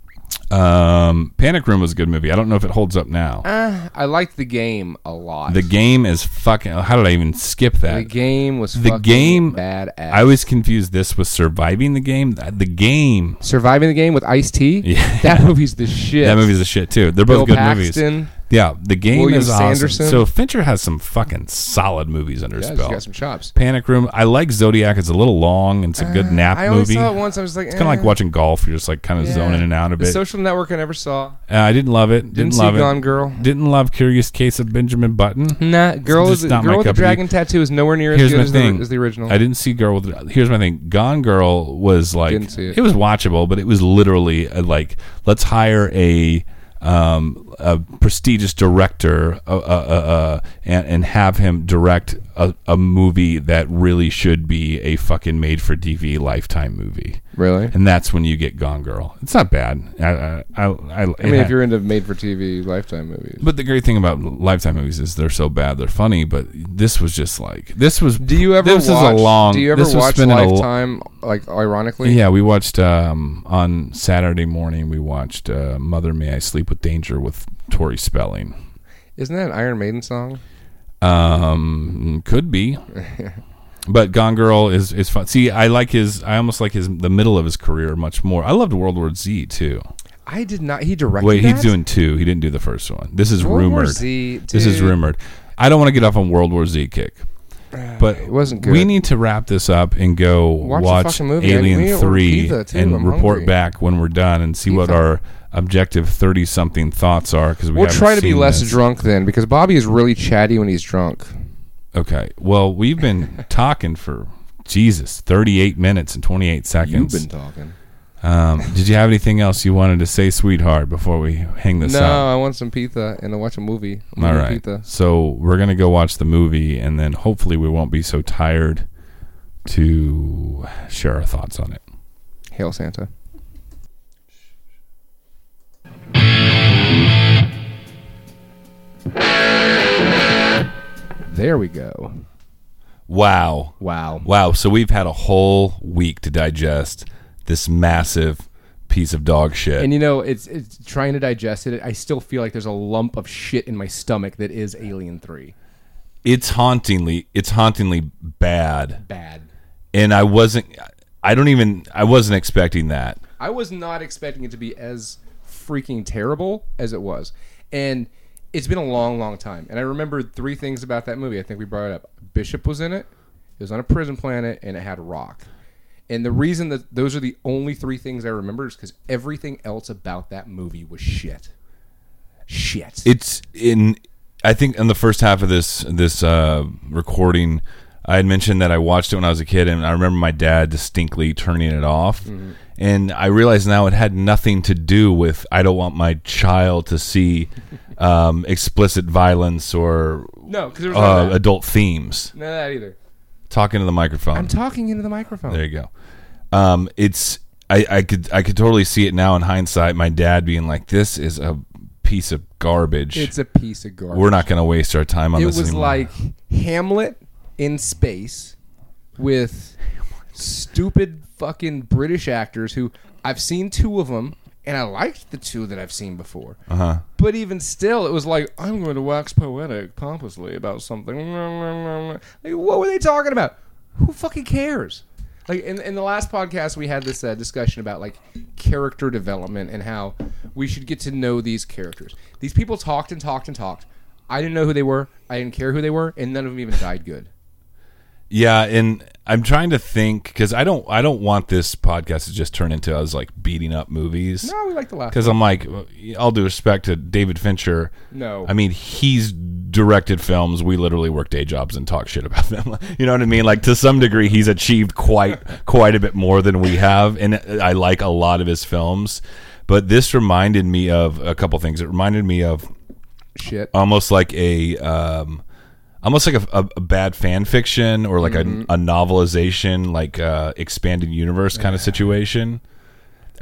Speaker 3: Um, Panic Room was a good movie. I don't know if it holds up now.
Speaker 2: Uh, I liked the game a lot.
Speaker 3: The game is fucking. How did I even skip
Speaker 2: The
Speaker 3: that?
Speaker 2: game was
Speaker 3: The
Speaker 2: fucking
Speaker 3: game-
Speaker 2: badass.
Speaker 3: I always confuse this with surviving the game. The game.
Speaker 2: surviving the game with Ice T.
Speaker 3: *laughs* Yeah.
Speaker 2: That movie's the shit.
Speaker 3: That movie's a shit too. They're both
Speaker 2: Bill
Speaker 3: good movies.
Speaker 2: Paxton.
Speaker 3: Yeah, the game
Speaker 2: William
Speaker 3: is awesome.
Speaker 2: Sanderson.
Speaker 3: So Fincher has some fucking solid movies under his
Speaker 2: Yeah, he's
Speaker 3: belt.
Speaker 2: got some chops.
Speaker 3: Panic Room. I like Zodiac. It's a little long. It's a good nap
Speaker 2: Uh, I only
Speaker 3: movie.
Speaker 2: saw it once. I was like, eh,
Speaker 3: It's kind of like watching golf. You're just like kind of zoning in and out a
Speaker 2: The
Speaker 3: bit.
Speaker 2: social network I never saw.
Speaker 3: Uh, I didn't love it. Didn't,
Speaker 2: Didn't, see
Speaker 3: love it.
Speaker 2: Gone Girl.
Speaker 3: Didn't love Curious Case of Benjamin Button.
Speaker 2: Nah, girl,
Speaker 3: just
Speaker 2: is,
Speaker 3: not my
Speaker 2: girl with the
Speaker 3: cup of tea.
Speaker 2: dragon tattoo is nowhere near as
Speaker 3: Here's
Speaker 2: good
Speaker 3: my
Speaker 2: as
Speaker 3: thing.
Speaker 2: the, as the original.
Speaker 3: I didn't see Girl with. Here's my thing. Gone Girl was like
Speaker 2: Didn't see it.
Speaker 3: was watchable, but it was literally a, like let's hire a um, a prestigious director uh, uh, uh, uh, and and have him direct a, a movie that really should be a fucking made for TV lifetime movie.
Speaker 2: really?
Speaker 3: And that's when you get Gone Girl. It's not bad. I I I, I,
Speaker 2: I mean, if you're into made-for-TV Lifetime movies,
Speaker 3: but the great thing about Lifetime movies is they're so bad they're funny. But this was just like this was.
Speaker 2: do you ever?
Speaker 3: This is a
Speaker 2: watch,
Speaker 3: long-
Speaker 2: Do you ever
Speaker 3: this was
Speaker 2: watch
Speaker 3: spending a lo-
Speaker 2: Lifetime? like ironically,
Speaker 3: Yeah, we watched um, on Saturday morning. We watched uh, "Mother May I Sleep with Danger" with Tori Spelling.
Speaker 2: isn't that an Iron Maiden song?
Speaker 3: Um, could
Speaker 2: *laughs*
Speaker 3: be, but Gone Girl is is fun. See, I like his. I almost like his the middle of his career much more. I loved World War Z too.
Speaker 2: I did not. He directed.
Speaker 3: Wait,
Speaker 2: that?
Speaker 3: he's doing two. He didn't do the first one. This is
Speaker 2: World War
Speaker 3: rumored.
Speaker 2: Z,
Speaker 3: This is
Speaker 2: dude.
Speaker 3: rumored. I don't want to get off on World War Z kick. But
Speaker 2: It wasn't good.
Speaker 3: We need to wrap this up and go
Speaker 2: Watch
Speaker 3: watch,
Speaker 2: the fucking movie. I need to
Speaker 3: Alien
Speaker 2: order
Speaker 3: Three
Speaker 2: pizza, too.
Speaker 3: and
Speaker 2: I'm
Speaker 3: report
Speaker 2: hungry.
Speaker 3: back when we're done and see what
Speaker 2: Pizza.
Speaker 3: our objective thirty something thoughts are because we
Speaker 2: We'll
Speaker 3: haven't
Speaker 2: try to be
Speaker 3: seen
Speaker 2: less
Speaker 3: this.
Speaker 2: drunk then, because Bobby is really chatty when he's drunk.
Speaker 3: Okay. Well, we've been
Speaker 2: *laughs*
Speaker 3: talking for Jesus thirty eight minutes and twenty eight
Speaker 2: You've
Speaker 3: seconds.
Speaker 2: been talking.
Speaker 3: um, did you have anything else you wanted to say, sweetheart, before we hang this
Speaker 2: No,
Speaker 3: up?
Speaker 2: I want some pizza and I watch a movie. I'm
Speaker 3: All
Speaker 2: eating
Speaker 3: right.
Speaker 2: Pizza.
Speaker 3: So we're gonna go watch the movie, and then hopefully we won't be so tired to share our thoughts on it.
Speaker 2: Hail Santa. There we go.
Speaker 3: Wow,
Speaker 2: Wow.
Speaker 3: wow! So we've had a whole week to digest this massive piece of dog shit.
Speaker 4: And you know, it's it's trying to digest it. I still feel like there's a lump of shit in my stomach that is Alien Three.
Speaker 3: it's hauntingly, it's hauntingly bad,
Speaker 4: Bad.
Speaker 3: and I wasn't. I don't even. I wasn't expecting that.
Speaker 4: I was not expecting it to be as freaking terrible as it was, and it's been a long, long time. And I remembered three things about that movie. I think we brought it up. Bishop was in it. It was on a prison planet, and it had rock. And the reason that those are the only three things I remember is because everything else about that movie was shit. Shit.
Speaker 3: it's in i think in the first half of this this uh recording i had mentioned that i watched it when i was a kid and i remember my dad distinctly turning it off
Speaker 4: Mm-hmm.
Speaker 3: and i realize now it had nothing to do with i don't want my child to see um explicit violence or
Speaker 4: no, because there was none
Speaker 3: uh,
Speaker 4: of that.
Speaker 3: adult themes
Speaker 4: None of that either.
Speaker 3: talking to the microphone
Speaker 4: I'm talking into the microphone.
Speaker 3: there you go. Um, it's I, I could I could totally see it now in hindsight. My dad being like, "This is a piece of garbage.
Speaker 2: It's a piece of garbage.
Speaker 3: We're not going to waste our time on
Speaker 2: It
Speaker 3: this
Speaker 2: was
Speaker 3: anymore."
Speaker 2: like Hamlet in space with stupid fucking British actors who I've seen two of them and I liked the two that I've seen before. Uh-huh. But even still, it was like I'm going to wax poetic pompously about something. Like what were they talking about? Who fucking cares? Like in, in the last podcast, we had this uh, discussion about like character development and how we should get to know these characters. These people talked and talked and talked. I didn't know who they were. I didn't care who they were, and none of them even died good.
Speaker 3: Yeah, and I'm trying to think because I don't I don't want this podcast to just turn into us like beating up movies.
Speaker 2: No, we like to laugh.
Speaker 3: Because I'm like, all due respect to David Fincher.
Speaker 2: No.
Speaker 3: I mean, he's directed films. We literally work day jobs and talk shit about them. *laughs* You know what I mean? Like to some degree, he's achieved quite quite a bit more than we have, and I like a lot of his films. But this reminded me of a couple things. It reminded me of
Speaker 2: Shit.
Speaker 3: almost like a um, almost like a, a, a bad fan fiction or like a, a novelization, like uh, expanded universe kind of situation.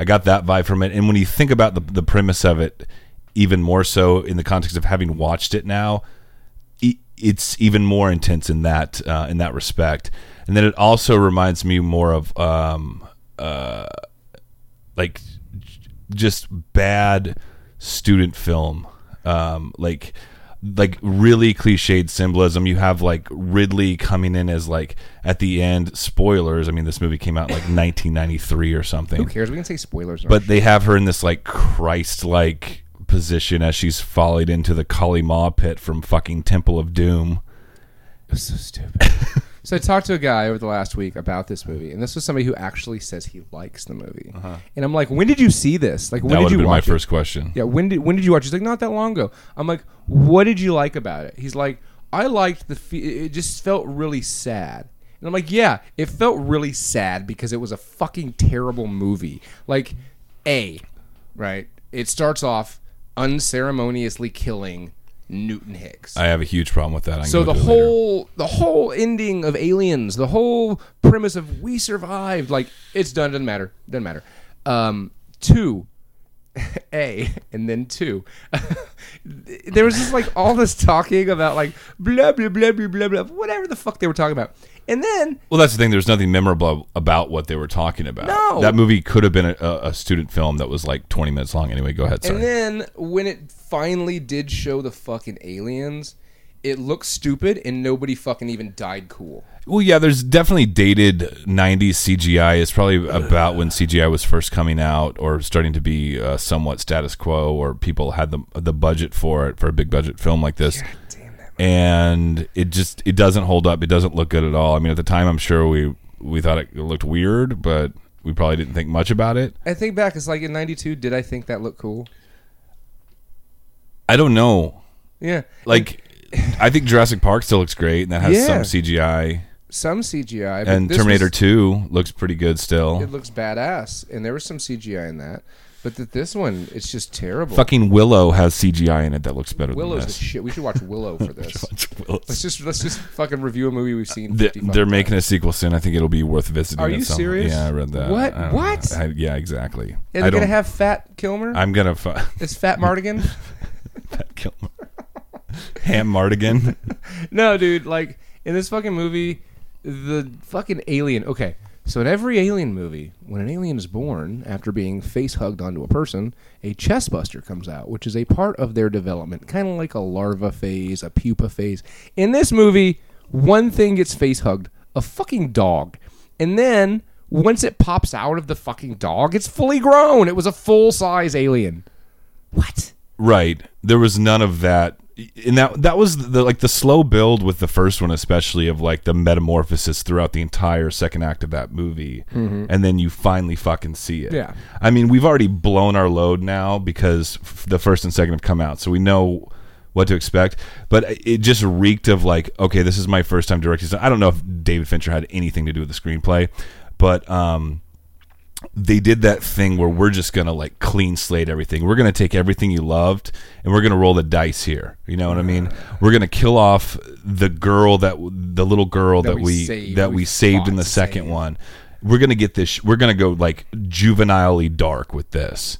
Speaker 3: I got that vibe from it, and when you think about the the premise of it, even more so in the context of having watched it now, e- it's even more intense in that uh, in that respect. And then it also reminds me more of um, like j- just bad student film um like like really cliched symbolism you have like ridley coming in as like at the end spoilers i mean this movie came out in like 1993 or something
Speaker 2: Who cares? We can say spoilers.
Speaker 3: but they have her in this like Christ like position as she's falling into the Kali Ma pit from fucking Temple of Doom.
Speaker 2: It was so
Speaker 3: *laughs*
Speaker 2: stupid. so I talked to a guy over the last week about this movie, and this was somebody who actually says he likes the movie. And I'm like, when did you see this? Like, when
Speaker 3: Uh-huh. that
Speaker 2: did
Speaker 3: would
Speaker 2: you
Speaker 3: have been my
Speaker 2: watch it?
Speaker 3: first question.
Speaker 2: Yeah, when did when did you watch? it? He's like, not that long ago. I'm like, what did you like about it? He's like, I liked the. Fe- it just felt really sad. And I'm like, yeah, it felt really sad because it was a fucking terrible movie. Like, a, right? It starts off unceremoniously killing Newton Hicks.
Speaker 3: I have a huge problem with that. I can
Speaker 2: So
Speaker 3: go
Speaker 2: the
Speaker 3: to it later.
Speaker 2: whole the whole ending of Aliens, the whole premise of we survived, like it's done. Doesn't matter. Doesn't matter. Um, two, *laughs* a and then two. *laughs* there was just like all this talking about like blah blah blah blah blah blah whatever the fuck they were talking about, and then
Speaker 3: Well, that's the thing. There's nothing memorable about what they were talking about.
Speaker 2: No.
Speaker 3: That movie could have been a, a a student film that was like 20 minutes long. Anyway, go ahead. Sorry.
Speaker 2: And then when it finally did show the fucking aliens, it looked stupid and nobody fucking even died cool.
Speaker 3: well, yeah, there's definitely dated 90s CGI. It's probably about when CGI was first coming out or starting to be uh, somewhat status quo or people had the, the budget for it for a big budget film like this. and it just it doesn't hold up. It doesn't look good at all. I mean, at the time, I'm sure we we thought it looked weird, but we probably didn't think much about it.
Speaker 2: I think back, it's like in '92. Did I think that looked cool?
Speaker 3: I don't know.
Speaker 2: Yeah,
Speaker 3: like I think Jurassic Park still looks great, and that has
Speaker 2: Yeah.
Speaker 3: some CGI.
Speaker 2: some CGI. but
Speaker 3: And
Speaker 2: this
Speaker 3: Terminator
Speaker 2: was-
Speaker 3: Two looks pretty good still.
Speaker 2: it looks badass, and there was some CGI in that. But that this one, it's just terrible.
Speaker 3: Fucking Willow has CGI in it that looks better
Speaker 2: Willow's
Speaker 3: than
Speaker 2: the
Speaker 3: this.
Speaker 2: shit. We should watch
Speaker 3: *laughs*
Speaker 2: Willow for this. let's just let's just fucking review a movie we've seen.
Speaker 3: They-
Speaker 2: 55
Speaker 3: They're
Speaker 2: times.
Speaker 3: making a sequel soon. I think it'll be worth visiting.
Speaker 2: Are
Speaker 3: at
Speaker 2: you
Speaker 3: some-
Speaker 2: serious?
Speaker 3: Yeah, I read that.
Speaker 2: What?
Speaker 3: I don't know.
Speaker 2: What?
Speaker 3: I- yeah, exactly.
Speaker 2: And
Speaker 3: I
Speaker 2: they're gonna
Speaker 3: don't-
Speaker 2: have Fat Kilmer.
Speaker 3: I'm gonna. Fu- *laughs*
Speaker 2: it's Fat Mardigan. *laughs*
Speaker 3: Kilmer. Ham Mardigan.
Speaker 2: no, dude. Like in this fucking movie, the fucking alien. Okay, so in every alien movie, when an alien is born after being face hugged onto a person, a chest buster comes out, which is a part of their development, kind of like a larva phase, a pupa phase. In this movie, one thing gets face hugged, a fucking dog, and then once it pops out of the fucking dog, it's fully grown. It was a full size alien. What?
Speaker 3: Right. There was none of that. And that that was the like the slow build with the first one especially of like the metamorphosis throughout the entire second act of that movie. And then you finally fucking see it.
Speaker 2: Yeah.
Speaker 3: I mean, we've already blown our load now because f- the first and second have come out. So we know what to expect, but it just reeked of like, okay, this is my first time directing. So I don't know if David Fincher had anything to do with the screenplay, but um they did that thing where we're just gonna like clean slate everything. We're gonna take everything you loved and we're gonna roll the dice here. You know what I mean? We're gonna kill off the girl that the little girl that,
Speaker 2: That we
Speaker 3: we,
Speaker 2: saved,
Speaker 3: that
Speaker 2: we
Speaker 3: we saved in
Speaker 2: fought
Speaker 3: the
Speaker 2: to
Speaker 3: second
Speaker 2: save.
Speaker 3: one. we're gonna get this. sh- We're gonna go like juvenilely dark with this,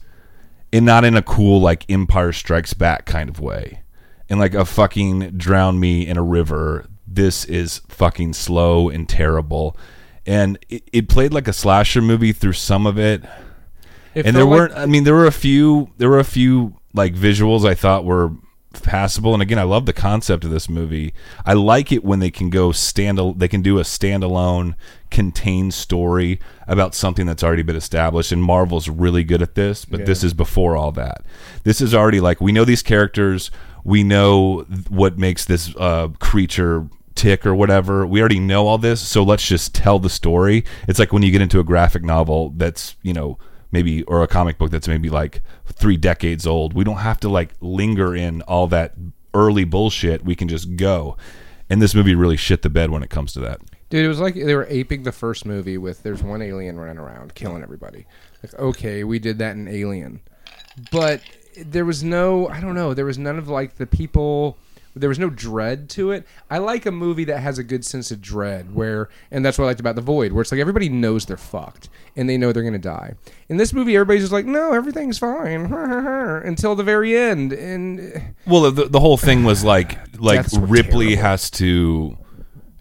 Speaker 3: and not in a cool like Empire Strikes Back kind of way, in like a fucking drown me in a river. This is fucking slow and terrible, and it, it played like a slasher movie through some of it and
Speaker 2: It felt
Speaker 3: there
Speaker 2: like-
Speaker 3: weren't i mean there were a few there were a few like visuals i thought were passable and again i love the concept of this movie i like it when they can go stand al- they can do a standalone contained story about something that's already been established and marvel's really good at this but this is before all that this is already like we know these characters we know th- what makes this uh, creature tick or whatever. We already know all this, so let's just tell the story. It's like when you get into a graphic novel that's, you know, maybe or a comic book that's maybe like 3 decades old. We don't have to like linger in all that early bullshit. We can just go. And this movie really shit the bed when it comes to that.
Speaker 2: Dude, it was like they were aping the first movie with there's one alien running around killing everybody. Like, okay, we did that in Alien. But there was no, I don't know, there was none of like the people, there was no dread to it. I like a movie that has a good sense of dread where, and that's what I liked about The Void, where it's like everybody knows they're fucked and they know they're going to die. In this movie, everybody's just like, no, everything's fine *laughs* until the very end. And
Speaker 3: Well, the, the whole thing was like like
Speaker 2: Deaths were
Speaker 3: Ripley
Speaker 2: terrible.
Speaker 3: has to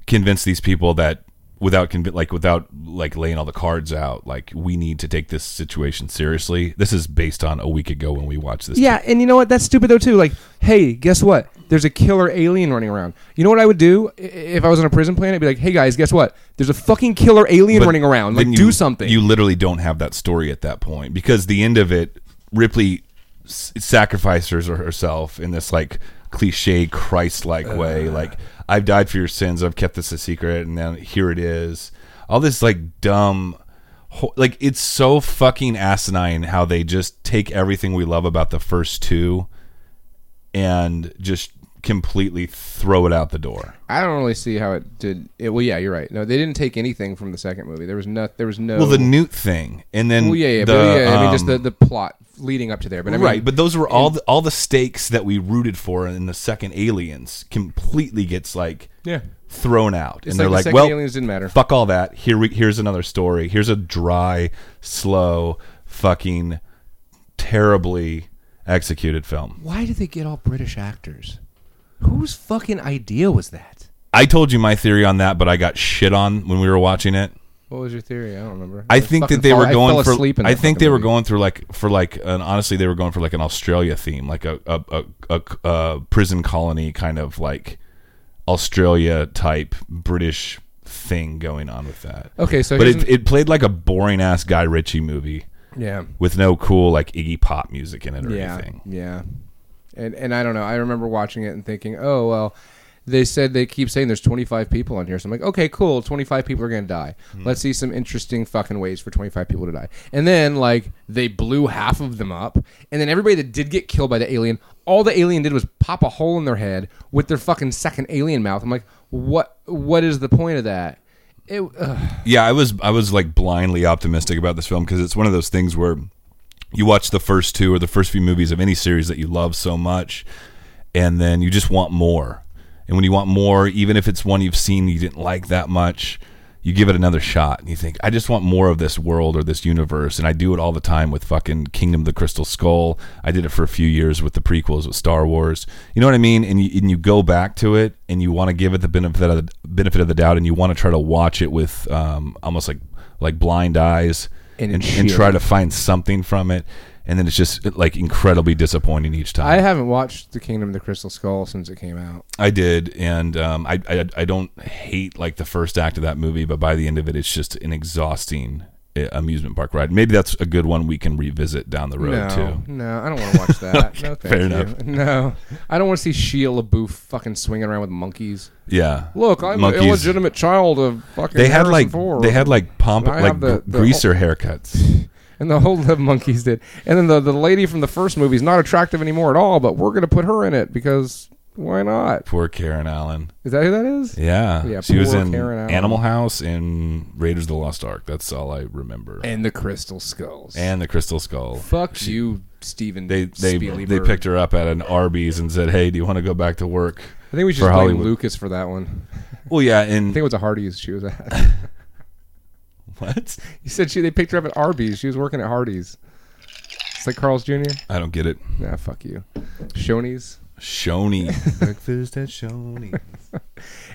Speaker 3: convince these people that without convi- like without like laying all the cards out, like we need to take this situation seriously. This is based on a week ago when we watched this.
Speaker 2: Yeah, and you know what? That's stupid though too. Like, hey, guess what? There's a killer alien running around. You know what I would do I- if I was on a prison planet? I'd be like, hey guys, guess what? There's a fucking killer alien
Speaker 3: But
Speaker 2: running around. Like,
Speaker 3: then
Speaker 2: do
Speaker 3: you-
Speaker 2: something.
Speaker 3: You literally don't have that story at that point because the end of it, Ripley s- sacrifices her- herself in this like cliche Christ-like way.
Speaker 2: Uh.
Speaker 3: Like I've died for your sins. I've kept this a secret, and then here it is. All this like dumb. ho- Like it's so fucking asinine how they just take everything we love about the first two and just completely throw it out the door.
Speaker 2: I don't really see how it did. It, well, yeah, you're right. No, they didn't take anything from the second movie. There was no. There was no.
Speaker 3: Well, the Newt thing, and then
Speaker 2: Oh. Well, yeah, yeah,
Speaker 3: the,
Speaker 2: but yeah. I mean, just
Speaker 3: um,
Speaker 2: the, the plot leading up to there. But I mean,
Speaker 3: right, but those were all the, all the stakes that we rooted for in the second Aliens completely gets like
Speaker 2: Yeah.
Speaker 3: thrown out, and
Speaker 2: like
Speaker 3: they're
Speaker 2: the
Speaker 3: like,
Speaker 2: second
Speaker 3: well,
Speaker 2: Aliens didn't matter."
Speaker 3: Fuck all that. Here we here's another story. Here's a dry, slow, fucking terribly executed film.
Speaker 2: why did they get all British actors? Whose fucking idea was that?
Speaker 3: I told you my theory on that, but I got shit on when we were watching it.
Speaker 2: What was your theory? I don't remember.
Speaker 3: I think
Speaker 2: fucking
Speaker 3: that they
Speaker 2: fall-
Speaker 3: were
Speaker 2: I
Speaker 3: going
Speaker 2: fell
Speaker 3: for.
Speaker 2: asleep in
Speaker 3: I
Speaker 2: that
Speaker 3: think
Speaker 2: fucking
Speaker 3: they were
Speaker 2: movie.
Speaker 3: going for like for like an honestly they were going for like an Australia theme, like a a a, a, a prison colony kind of like Australia type British thing going on with that.
Speaker 2: Okay, so
Speaker 3: but
Speaker 2: here's
Speaker 3: it, it played like a boring ass Guy Ritchie movie
Speaker 2: Yeah.
Speaker 3: with no cool like Iggy Pop music in it or
Speaker 2: yeah,
Speaker 3: anything.
Speaker 2: Yeah. And and I don't know. I remember watching it and thinking, oh well, they said they keep saying there's 25 people on here, so I'm like, okay, cool, 25 people are gonna die. Let's see some interesting fucking ways for 25 people to die. And then like they blew half of them up, and then everybody that did get killed by the alien, all the alien did was pop a hole in their head with their fucking second alien mouth. I'm like, what? What is the point of that? It, ugh.
Speaker 3: yeah i was i was like blindly optimistic about this film because it's one of those things where you watch the first two or the first few movies of any series that you love so much and then you just want more and when you want more even if it's one you've seen you didn't like that much you give it another shot and you think i just want more of this world or this universe and i do it all the time with fucking kingdom of the crystal skull i did it for a few years with the prequels with star wars you know what i mean and you, and you go back to it and you want to give it the benefit of the, benefit of the doubt and you want to try to watch it with um, almost like like blind eyes
Speaker 2: And
Speaker 3: and,
Speaker 2: it's
Speaker 3: and
Speaker 2: shit.
Speaker 3: try to find something from it and then it's just like incredibly disappointing each time
Speaker 2: I haven't watched The Kingdom of the Crystal Skull since it came out.
Speaker 3: I did, and um, I, I I don't hate like the first act of that movie, but by the end of it, it's just an exhausting uh, amusement park ride. Maybe that's a good one we can revisit down the road
Speaker 2: no,
Speaker 3: too.
Speaker 2: No, I don't want to
Speaker 3: *laughs*
Speaker 2: watch that. no, thank
Speaker 3: fair
Speaker 2: you.
Speaker 3: enough.
Speaker 2: No, I don't want to see Sheila LaBeouf fucking swinging around with monkeys.
Speaker 3: Yeah,
Speaker 2: Look, I'm an illegitimate child of fucking.
Speaker 3: They had
Speaker 2: Harrison
Speaker 3: like
Speaker 2: Ford.
Speaker 3: they had like pomp
Speaker 2: And I
Speaker 3: like
Speaker 2: have the-
Speaker 3: gr-
Speaker 2: the- oh.
Speaker 3: greaser haircuts.
Speaker 2: and the whole *laughs* the monkeys did, and then the the lady from the first movie is not attractive anymore at all. But we're gonna put her in it because why not?
Speaker 3: Poor Karen Allen.
Speaker 2: Is that who that is?
Speaker 3: Yeah,
Speaker 2: Yeah,
Speaker 3: she was
Speaker 2: poor
Speaker 3: in
Speaker 2: Karen Allen.
Speaker 3: Animal House and Raiders of the Lost Ark. That's all I remember. And,
Speaker 2: And the Crystal Skulls.
Speaker 3: the Crystal Skull.
Speaker 2: fuck you, Steven.
Speaker 3: They they
Speaker 2: Spielberg.
Speaker 3: they picked her up at an Arby's and said, "Hey, do you want to go back to work?"
Speaker 2: I think we should
Speaker 3: for
Speaker 2: just blame
Speaker 3: Hollywood.
Speaker 2: Lucas for that one. *laughs*
Speaker 3: Well, yeah,
Speaker 2: I
Speaker 3: and
Speaker 2: think it was a Hardee's she was at.
Speaker 3: *laughs* What?
Speaker 2: You said she they picked her up at Arby's. She was working at Hardee's. It's like Carl's Jr.
Speaker 3: I don't get it.
Speaker 2: Nah, fuck you. Shoney's.
Speaker 3: Shoney. *laughs* Breakfast at
Speaker 2: *laughs*
Speaker 3: Shoney.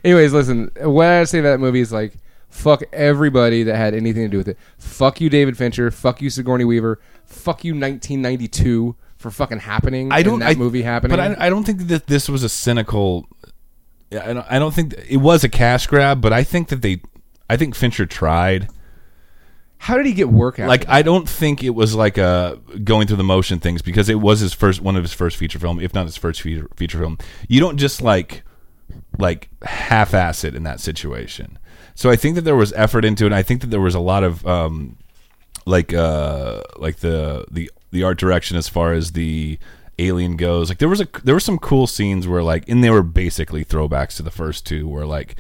Speaker 2: Anyways, listen. What I say about that movie is like, fuck everybody that had anything to do with it. Fuck you, David Fincher. Fuck you, Sigourney Weaver. Fuck you, 1992 for fucking happening.
Speaker 3: I don't
Speaker 2: and that
Speaker 3: I,
Speaker 2: movie happening.
Speaker 3: But I, I don't think that this was a cynical. I don't, I don't think it was a cash grab, but I think that they. I think Fincher tried.
Speaker 2: How did he get work out?
Speaker 3: Like I don't think it was like a going through the motion things because it was his first one of his first feature film, if not his first feature feature film. You don't just like like half ass it in that situation. So I think that there was effort into it. And I think that there was a lot of um, like uh like the the the art direction as far as the alien goes like there was a there were some cool scenes where like and they were basically throwbacks to the first two where like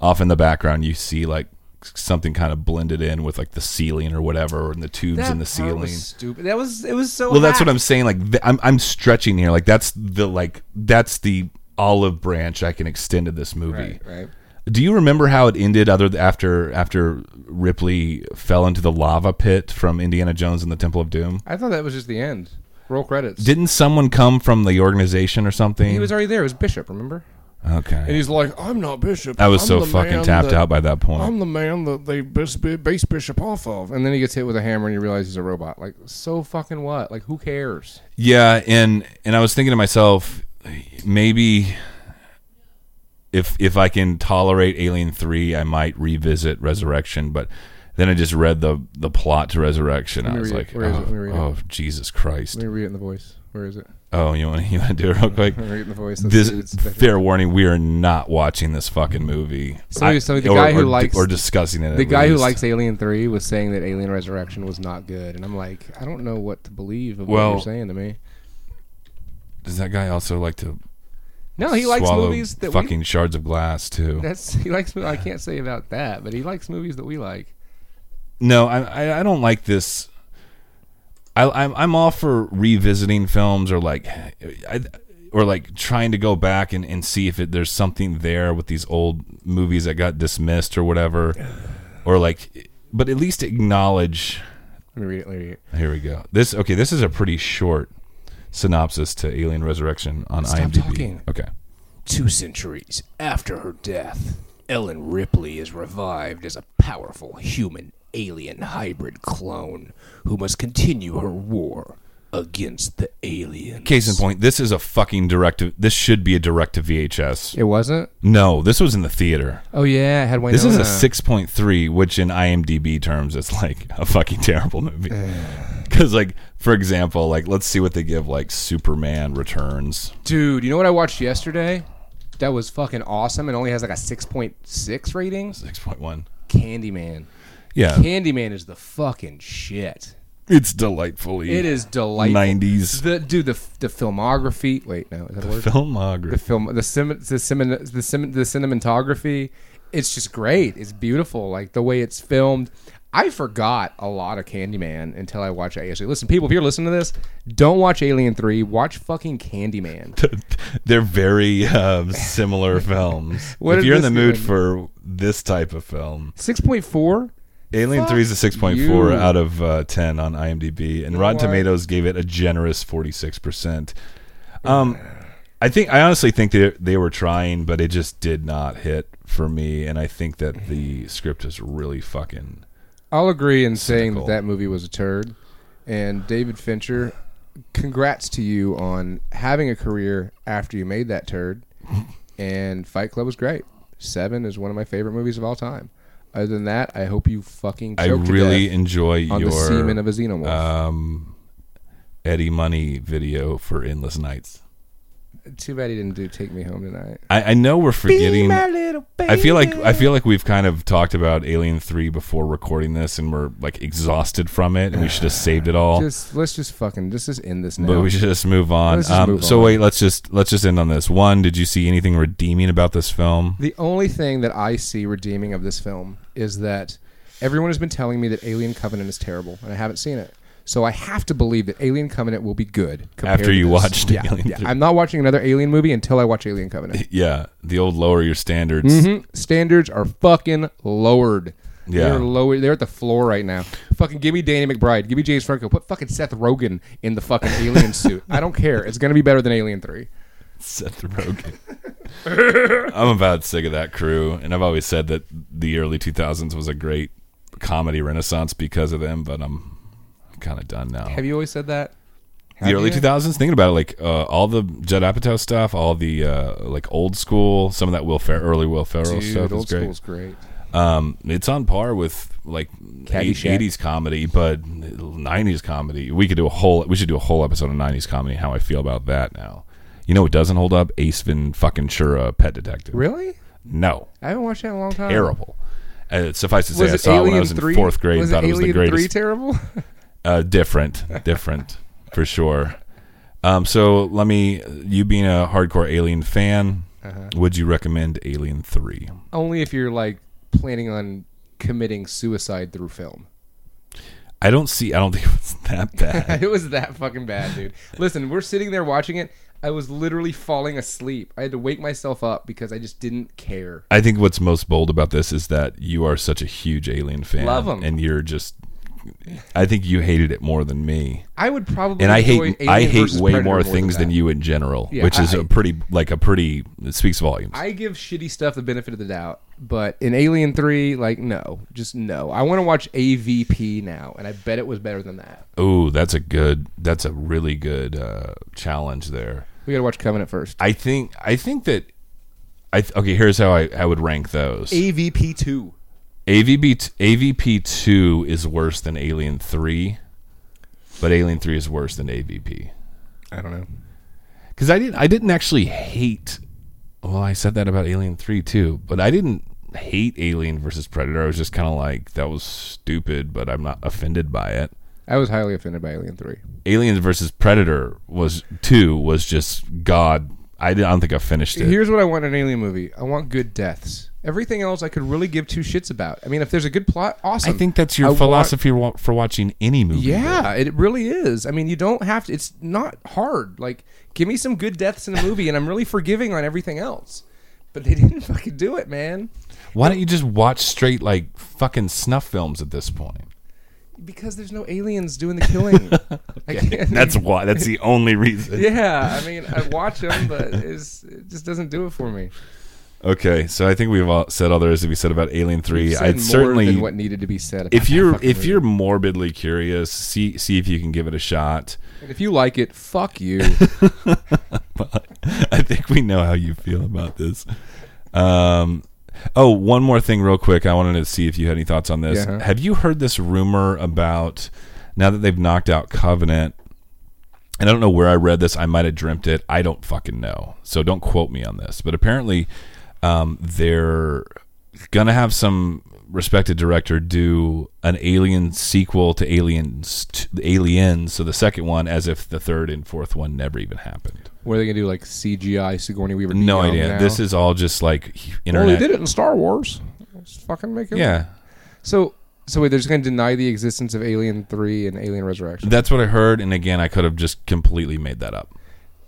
Speaker 3: off in the background you see like something kind of blended in with like the ceiling or whatever and the tubes
Speaker 2: that
Speaker 3: in the
Speaker 2: part
Speaker 3: ceiling
Speaker 2: was stupid. That was it. Was so.
Speaker 3: well that's what
Speaker 2: hacked.
Speaker 3: i'm saying like th- I'm, I'm stretching here like that's the like that's the olive branch i can extend to this movie
Speaker 2: Right. right.
Speaker 3: do you remember how it ended? Other th- after after Ripley fell into the lava pit from Indiana Jones and the Temple of Doom,
Speaker 2: I thought that was just the end. Roll credits.
Speaker 3: didn't someone come from the organization or something?
Speaker 2: he was already there. It was Bishop. Remember?
Speaker 3: okay.
Speaker 2: he's like, I'm not Bishop.
Speaker 3: I was so
Speaker 2: the
Speaker 3: fucking
Speaker 2: man
Speaker 3: tapped
Speaker 2: that-
Speaker 3: out by that point.
Speaker 2: I'm the man that they bas- base Bishop off of. And then he gets hit with a hammer and you realize he's a robot. Like, so fucking what? Like, who cares?
Speaker 3: yeah, and and I was thinking to myself, maybe if if I can tolerate Alien Three, I might revisit Resurrection, but. Then I just read the the plot to Resurrection. I
Speaker 2: me
Speaker 3: was
Speaker 2: read it.
Speaker 3: like,
Speaker 2: Where is it?
Speaker 3: oh,
Speaker 2: Let me read it."
Speaker 3: oh, Jesus Christ!
Speaker 2: Let me read it in the voice. Where is it?
Speaker 3: Oh, you want *laughs* you want to do it real quick?
Speaker 2: Let me read it in the voice. Let's
Speaker 3: this
Speaker 2: see, it's back-
Speaker 3: fair warning we are not watching this fucking movie
Speaker 2: Somebody-
Speaker 3: I-
Speaker 2: somebody- the guy who
Speaker 3: di-
Speaker 2: likes-
Speaker 3: or discussing it
Speaker 2: the
Speaker 3: at
Speaker 2: guy who
Speaker 3: least.
Speaker 2: likes Alien 3 was saying that Alien Resurrection was not good. And I'm like, I don't know what to believe of
Speaker 3: Well-
Speaker 2: what you're saying to me.
Speaker 3: does that guy also like to
Speaker 2: No, he likes
Speaker 3: swallow
Speaker 2: movies that we
Speaker 3: fucking shards of glass too
Speaker 2: *laughs* that's he likes I can't say about that, but he likes movies that we like.
Speaker 3: no I, I i don't like this i i'm, I'm all for revisiting films or like I, or like trying to go back and, and see if it, there's something there with these old movies that got dismissed or whatever or like but at least acknowledge
Speaker 2: Let me read it. Let me read it.
Speaker 3: Here we go. This okay. This is a pretty short synopsis to Alien Resurrection on
Speaker 2: Stop
Speaker 3: IMDb.
Speaker 2: talking.
Speaker 3: Okay.
Speaker 2: Two centuries after her death, Ellen Ripley is revived as a powerful human alien hybrid clone who must continue her war against the aliens.
Speaker 3: Case in point, this is a fucking direct. To, this should be a direct to VHS.
Speaker 2: It wasn't?
Speaker 3: No, this was in the theater.
Speaker 2: Oh, yeah. It had Winona.
Speaker 3: This is a six point three, which in IMDb terms is like a fucking terrible movie. Because, like, for example, like let's see what they give like Superman Returns.
Speaker 2: Dude, you know what I watched yesterday? That was fucking awesome. It only has like a 6.6 rating.
Speaker 3: Six point one.
Speaker 2: Candyman.
Speaker 3: Yeah,
Speaker 2: Candyman is the fucking shit.
Speaker 3: it's delightfully.
Speaker 2: It is delightful.
Speaker 3: nineties
Speaker 2: The, dude, the, the filmography. Wait, no. Is that a word?
Speaker 3: filmography.
Speaker 2: the film the sim, the sim, the sim, the cinematography it's just great it's beautiful like the way it's filmed i forgot a lot of candyman until i watched it yesterday listen people if you're listening to this don't watch alien 3 watch fucking candyman
Speaker 3: they're very um,
Speaker 2: *laughs*
Speaker 3: similar films.
Speaker 2: What
Speaker 3: if
Speaker 2: did
Speaker 3: you're in
Speaker 2: this
Speaker 3: the mood
Speaker 2: even-
Speaker 3: for this type of film,
Speaker 2: 6.4
Speaker 3: Alien
Speaker 2: Fuck
Speaker 3: 3 is a 6.4
Speaker 2: you.
Speaker 3: out of uh, 10 on IMDb, and Rotten
Speaker 2: what?
Speaker 3: Tomatoes gave it a generous 46%. Um, I think I honestly think they they were trying, but it just did not hit for me, and I think
Speaker 2: Mm-hmm.
Speaker 3: that the script is really fucking.
Speaker 2: i'll agree in saying
Speaker 3: Cynical.
Speaker 2: that that movie was a turd and david fincher congrats to you on having a career after you made
Speaker 3: *laughs*
Speaker 2: that turd and Fight Club was great. Seven is one of my favorite movies of all time. Other than that, I hope you fucking.
Speaker 3: I
Speaker 2: choke to
Speaker 3: really
Speaker 2: death
Speaker 3: enjoy
Speaker 2: on the semen
Speaker 3: your
Speaker 2: of a xenomorph.
Speaker 3: um, Eddie Money video for Endless Nights.
Speaker 2: Too bad he didn't do "Take Me Home Tonight."
Speaker 3: I, I know we're forgetting.
Speaker 2: little
Speaker 3: I feel like I feel like we've kind of talked about Alien Three before recording this, and we're like exhausted from it, and we
Speaker 2: *sighs*
Speaker 3: should have saved it all.
Speaker 2: Just let's just fucking let's just end this now.
Speaker 3: but we should just move on.
Speaker 2: Let's just
Speaker 3: um,
Speaker 2: move
Speaker 3: so
Speaker 2: on.
Speaker 3: wait, let's just let's just end on this. One, did you see anything redeeming about this film?
Speaker 2: The only thing that I see redeeming of this film is that everyone has been telling me that Alien Covenant is terrible, and I haven't seen it. So I have to believe that Alien Covenant will be good compared
Speaker 3: After
Speaker 2: to
Speaker 3: you
Speaker 2: this.
Speaker 3: watched
Speaker 2: yeah,
Speaker 3: Alien
Speaker 2: yeah.
Speaker 3: 3.
Speaker 2: I'm not watching another Alien movie until I watch Alien
Speaker 3: *laughs*
Speaker 2: Covenant. Mm-hmm.
Speaker 3: Yeah, the old lower your standards.
Speaker 2: Mhm. Standards are fucking lowered.
Speaker 3: Yeah.
Speaker 2: They're lower. They're at the floor right now. Fucking give me Danny McBride. Give me James Franco. Put fucking Seth Rogen in
Speaker 3: *laughs*
Speaker 2: the fucking Alien suit. I don't care. It's gonna be better than Alien Three.
Speaker 3: *laughs* Seth Rogen. I'm about sick of that crew, and I've always said that the early 2000s was a great comedy renaissance because of them. But I'm, I'm kind of done now.
Speaker 2: Have you always said that?
Speaker 3: the early
Speaker 2: you?
Speaker 3: 2000s, thinking about it, like uh, all the Judd Apatow stuff, all the uh, like old school, some of that Will Fer- early Will Ferrell stuff
Speaker 2: Dude,
Speaker 3: is
Speaker 2: old
Speaker 3: great.
Speaker 2: school's great.
Speaker 3: Um, it's on par with like eight-
Speaker 2: Caddyshack.
Speaker 3: 80s comedy, but 90s comedy. We could do a whole. We should do a whole episode on 90s comedy. How I feel about that now. You know, it doesn't hold up. Ace Van fucking Shura, Pet Detective.
Speaker 2: Really?
Speaker 3: No,
Speaker 2: I haven't watched that in a long time.
Speaker 3: terrible. Uh, suffice to say,
Speaker 2: Was
Speaker 3: I
Speaker 2: it
Speaker 3: saw it when I
Speaker 2: Alien
Speaker 3: was in
Speaker 2: Three?
Speaker 3: fourth grade. and
Speaker 2: Was
Speaker 3: thought it was the
Speaker 2: Alien Three
Speaker 3: greatest.
Speaker 2: terrible? *laughs*
Speaker 3: uh, different, different for sure. Um, so let me. You being a hardcore Alien fan,
Speaker 2: Uh-huh.
Speaker 3: would you recommend Alien Three?
Speaker 2: Only if you're like planning on committing suicide through film. *laughs*
Speaker 3: I don't see. I don't *laughs* think it's that bad.
Speaker 2: it was that fucking bad, dude. Listen, we're sitting there watching it. I was literally falling asleep. I had to wake myself up because I just didn't care.
Speaker 3: I think what's most bold about this is that you are such a huge Alien fan.
Speaker 2: Love 'em.
Speaker 3: And you're just. I think you hated it more than me,
Speaker 2: I would probably
Speaker 3: and I
Speaker 2: enjoy
Speaker 3: hate I
Speaker 2: Alien
Speaker 3: hate
Speaker 2: versus
Speaker 3: way
Speaker 2: Predator
Speaker 3: more things than,
Speaker 2: that.
Speaker 3: you in general,
Speaker 2: Yeah,
Speaker 3: which is
Speaker 2: I-
Speaker 3: a pretty like a pretty it speaks volumes.
Speaker 2: I give shitty stuff the benefit of the doubt, but in Alien Three, like no, just no. I want to watch AVP now, and I bet it was better than that.
Speaker 3: oh, that's a good. That's a really good uh, challenge there.
Speaker 2: We gotta watch Covenant first.
Speaker 3: I think I think that I th- okay. Here's how I, I would rank those.
Speaker 2: AVP Two.
Speaker 3: AVB t- AVP two is worse than Alien three, but Alien three is worse than AVP
Speaker 2: I don't know.
Speaker 3: because I didn't I didn't actually hate. Well, I said that about Alien three too, but I didn't hate Alien versus Predator. I was just kind of like that was stupid, but I'm not offended by it.
Speaker 2: I was highly offended by Alien Three.
Speaker 3: Aliens versus Predator was two was just god. I, did, I don't think I finished it.
Speaker 2: Here's what I want in an alien movie. I want good deaths. Everything else I could really give two shits about. I mean, if there's a good plot, awesome.
Speaker 3: I think that's your
Speaker 2: I want-
Speaker 3: philosophy wa- for watching any movie. though.
Speaker 2: Yeah, it really is. I mean, you don't have to. It's not hard. Like, give me some good deaths in a movie, and I'm really forgiving on everything else. But they *laughs* didn't fucking do it, man.
Speaker 3: Why don't you just watch straight like fucking snuff films at this point?
Speaker 2: Because there's no aliens doing the
Speaker 3: *laughs*
Speaker 2: killing. I can't.
Speaker 3: why. That's the only reason.
Speaker 2: yeah. I mean, I watch them, but it's, it just doesn't do it for me.
Speaker 3: *laughs* Okay, so I think we've all said all there is to be said about Alien Three.
Speaker 2: Said
Speaker 3: I'd
Speaker 2: more
Speaker 3: certainly,
Speaker 2: than what needed to be said. About
Speaker 3: if
Speaker 2: that
Speaker 3: you're
Speaker 2: fucking
Speaker 3: if
Speaker 2: movie.
Speaker 3: you're morbidly curious, see see if you can give it a shot.
Speaker 2: And if you like it, fuck you.
Speaker 3: *laughs* I think we know how you feel about this. Um, oh, one more thing, real quick. I wanted to see if you had any thoughts on this.
Speaker 2: Yeah.
Speaker 3: Have you heard this rumor about now that they've knocked out Covenant? And I don't know where I read this. I might have dreamt it. I don't fucking know. So don't quote me on this. But apparently, um, they're gonna have some respected director do an Alien sequel to Aliens, to Aliens. So the second one, as if the third and fourth one never even happened.
Speaker 2: what are they gonna do? Like CGI Sigourney Weaver?
Speaker 3: No
Speaker 2: Neon
Speaker 3: idea.
Speaker 2: now?
Speaker 3: This is all just like
Speaker 2: Well,
Speaker 3: internet.
Speaker 2: they did it in Star Wars. Let's fucking make it.
Speaker 3: Yeah,
Speaker 2: So, so wait, they're just going to deny the existence of Alien Three and Alien Resurrection.
Speaker 3: that's what I heard. And again, I could have just completely made that up.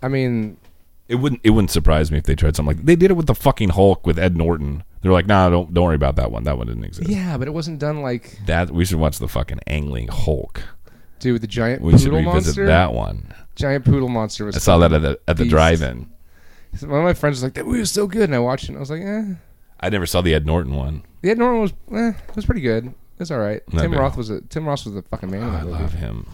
Speaker 2: I mean,
Speaker 3: It wouldn't. It wouldn't surprise me if they tried something like they did it with the fucking Hulk with Ed Norton. They're like, nah, don't don't worry about that one. That one didn't exist.
Speaker 2: yeah, but it wasn't done like
Speaker 3: That we should watch the fucking angling Hulk.
Speaker 2: dude with the giant
Speaker 3: We should
Speaker 2: poodle
Speaker 3: revisit
Speaker 2: monster.
Speaker 3: that one.
Speaker 2: Giant poodle monster was.
Speaker 3: I saw that at the at the
Speaker 2: Beast.
Speaker 3: drive-in.
Speaker 2: One of my friends was like, "That movie was so good," and I watched it. and I was like, "Eh."
Speaker 3: I never saw the Ed Norton one.
Speaker 2: Yeah, Norman was. Eh, it was pretty good. It's all right.
Speaker 3: Not
Speaker 2: Tim
Speaker 3: bad.
Speaker 2: Roth was a Tim Roth was the fucking man. in
Speaker 3: I
Speaker 2: that movie.
Speaker 3: love him.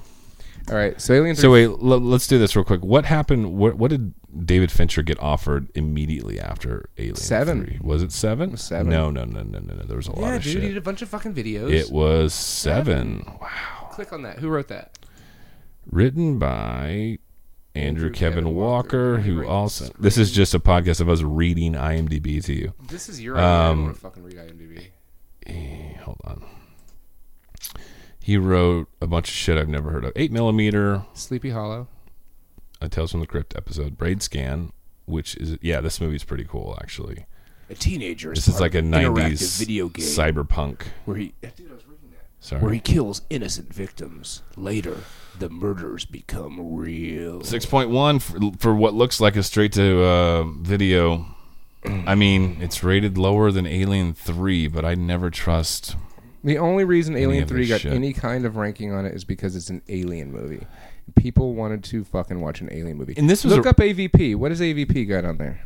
Speaker 2: All right, so Alien Three.
Speaker 3: So wait, l- let's do this real quick. What happened? What what did David Fincher get offered immediately after Alien?
Speaker 2: Seven.
Speaker 3: 3? Was it seven?
Speaker 2: was seven.
Speaker 3: No, no, no, no, no, no. There was a lot
Speaker 2: yeah,
Speaker 3: of
Speaker 2: dude, he did
Speaker 3: shit.
Speaker 2: a bunch of fucking videos.
Speaker 3: It was seven. Wow.
Speaker 2: Click on that. Who wrote that?
Speaker 3: Written by Andrew Kevin,
Speaker 2: Kevin
Speaker 3: Walker,
Speaker 2: Walker. He
Speaker 3: who
Speaker 2: writes
Speaker 3: also. This is just a podcast of us reading IMDb to you.
Speaker 2: This is your idea. I
Speaker 3: Um,
Speaker 2: don't want to fucking read IMDb.
Speaker 3: Hold on. He wrote a bunch of shit I've never heard of. Eight millimeter.
Speaker 2: Sleepy Hollow.
Speaker 3: A Tales from the Crypt episode. Braid scan. Which is yeah, this movie's pretty cool actually.
Speaker 5: A teenager is
Speaker 3: This is
Speaker 5: part
Speaker 3: like a
Speaker 5: of an interactive
Speaker 3: '90s
Speaker 5: video game
Speaker 3: cyberpunk.
Speaker 5: where he
Speaker 3: Sorry.
Speaker 5: where he kills innocent victims. Later, the murders become real.
Speaker 3: Six point one for, for what looks like a straight to uh, video. I mean, it's rated lower than Alien Three, but I never trust
Speaker 2: The only reason Alien
Speaker 6: of
Speaker 2: Three
Speaker 6: this
Speaker 2: got
Speaker 6: shit.
Speaker 2: any kind of ranking on it is because it's an Alien movie. People wanted to fucking watch an Alien movie.
Speaker 3: And this was
Speaker 2: look
Speaker 3: a-
Speaker 2: up AVP. What does AVP got on there?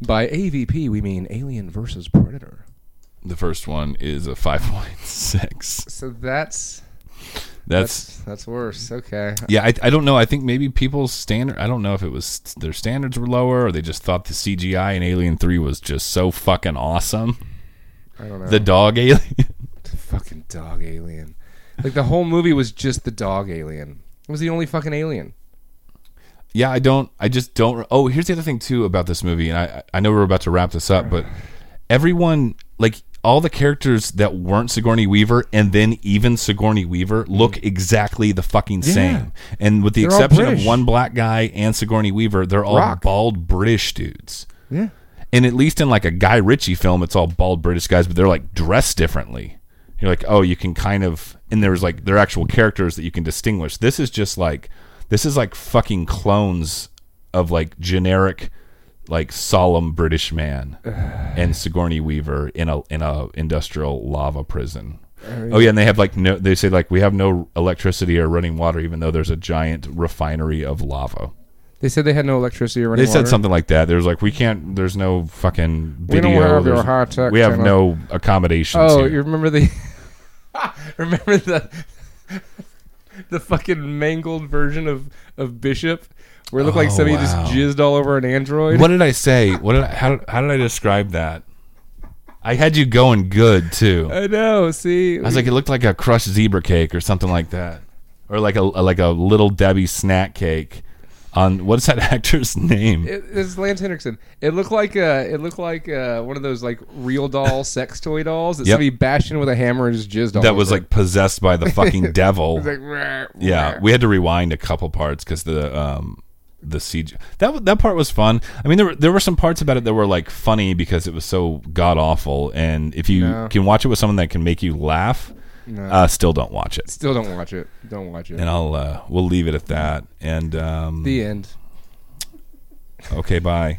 Speaker 2: By AVP we mean Alien versus Predator.
Speaker 6: The first one is a 5.6.
Speaker 2: So that's
Speaker 6: That's
Speaker 2: that's that's worse. Okay.
Speaker 3: Yeah, I, I don't know. I think maybe people's standard. I don't know if it was their standards were lower or they just thought the CGI in Alien Three was just so fucking awesome.
Speaker 2: I don't know.
Speaker 3: The dog *laughs* alien.
Speaker 2: fucking dog alien. Like the whole movie was just the dog alien. It was the only fucking alien.
Speaker 3: yeah, I don't. I just don't. Oh, here's the other thing too about this movie, and I I know we're about to wrap this up, but everyone like all the characters that weren't Sigourney Weaver and then even Sigourney Weaver look exactly the fucking same. And with the
Speaker 2: Mm-hmm. They're all
Speaker 3: exception of
Speaker 2: British.
Speaker 3: one black guy and Sigourney Weaver, they're all
Speaker 2: Rock.
Speaker 3: bald British dudes.
Speaker 2: Yeah.
Speaker 3: And at least in like a Guy Ritchie film, it's all bald British guys, but they're like dressed differently. You're like, oh, you can kind of, and there's like their actual characters that you can distinguish. This is just like, this is like fucking clones of like generic, like solemn British man and Sigourney Weaver in a in a industrial lava prison. Oh yeah, and they have like no. They say like we have no electricity or running water, even though there's a giant refinery of lava.
Speaker 2: They said they had no electricity or running
Speaker 3: They said
Speaker 2: water.
Speaker 3: something like that. There's like we can't. There's no fucking
Speaker 2: We
Speaker 3: video.
Speaker 2: don't have your
Speaker 3: there's-
Speaker 2: high-tech
Speaker 3: We have
Speaker 2: channel.
Speaker 3: no accommodations.
Speaker 2: Oh,
Speaker 3: here.
Speaker 2: you remember the *laughs* remember the *laughs* the fucking mangled version of of Bishop where it looked like
Speaker 3: Oh,
Speaker 2: somebody just
Speaker 3: wow.
Speaker 2: jizzed all over an android.
Speaker 3: What did I say? What did I, how, how did I describe that? I had you going good too.
Speaker 2: I know. See,
Speaker 3: I was like, it looked like a crushed zebra cake or something like that, or like a like a little Debbie snack cake. On what's that *laughs* actor's name?
Speaker 2: it, it's Lance Henriksen. It looked like uh it looked like uh one of those like real
Speaker 3: *laughs*
Speaker 2: doll sex toy dolls that
Speaker 3: Yep.
Speaker 2: somebody bashed in with a hammer and just jizzed all
Speaker 3: that was
Speaker 2: over.
Speaker 3: like possessed by the
Speaker 2: *laughs*
Speaker 3: fucking devil.
Speaker 2: It was like
Speaker 3: yeah, we had to rewind a couple parts because the um the CG that wa- that part was fun. I mean, there were there were some parts about it that were like funny because it was so god awful. And if you
Speaker 2: No.
Speaker 3: can watch it with someone that can make you laugh, uh, still don't watch it.
Speaker 2: Still don't watch it. Don't watch it.
Speaker 3: And I'll uh, we'll leave it at that. And um,
Speaker 2: the end.
Speaker 3: okay, bye.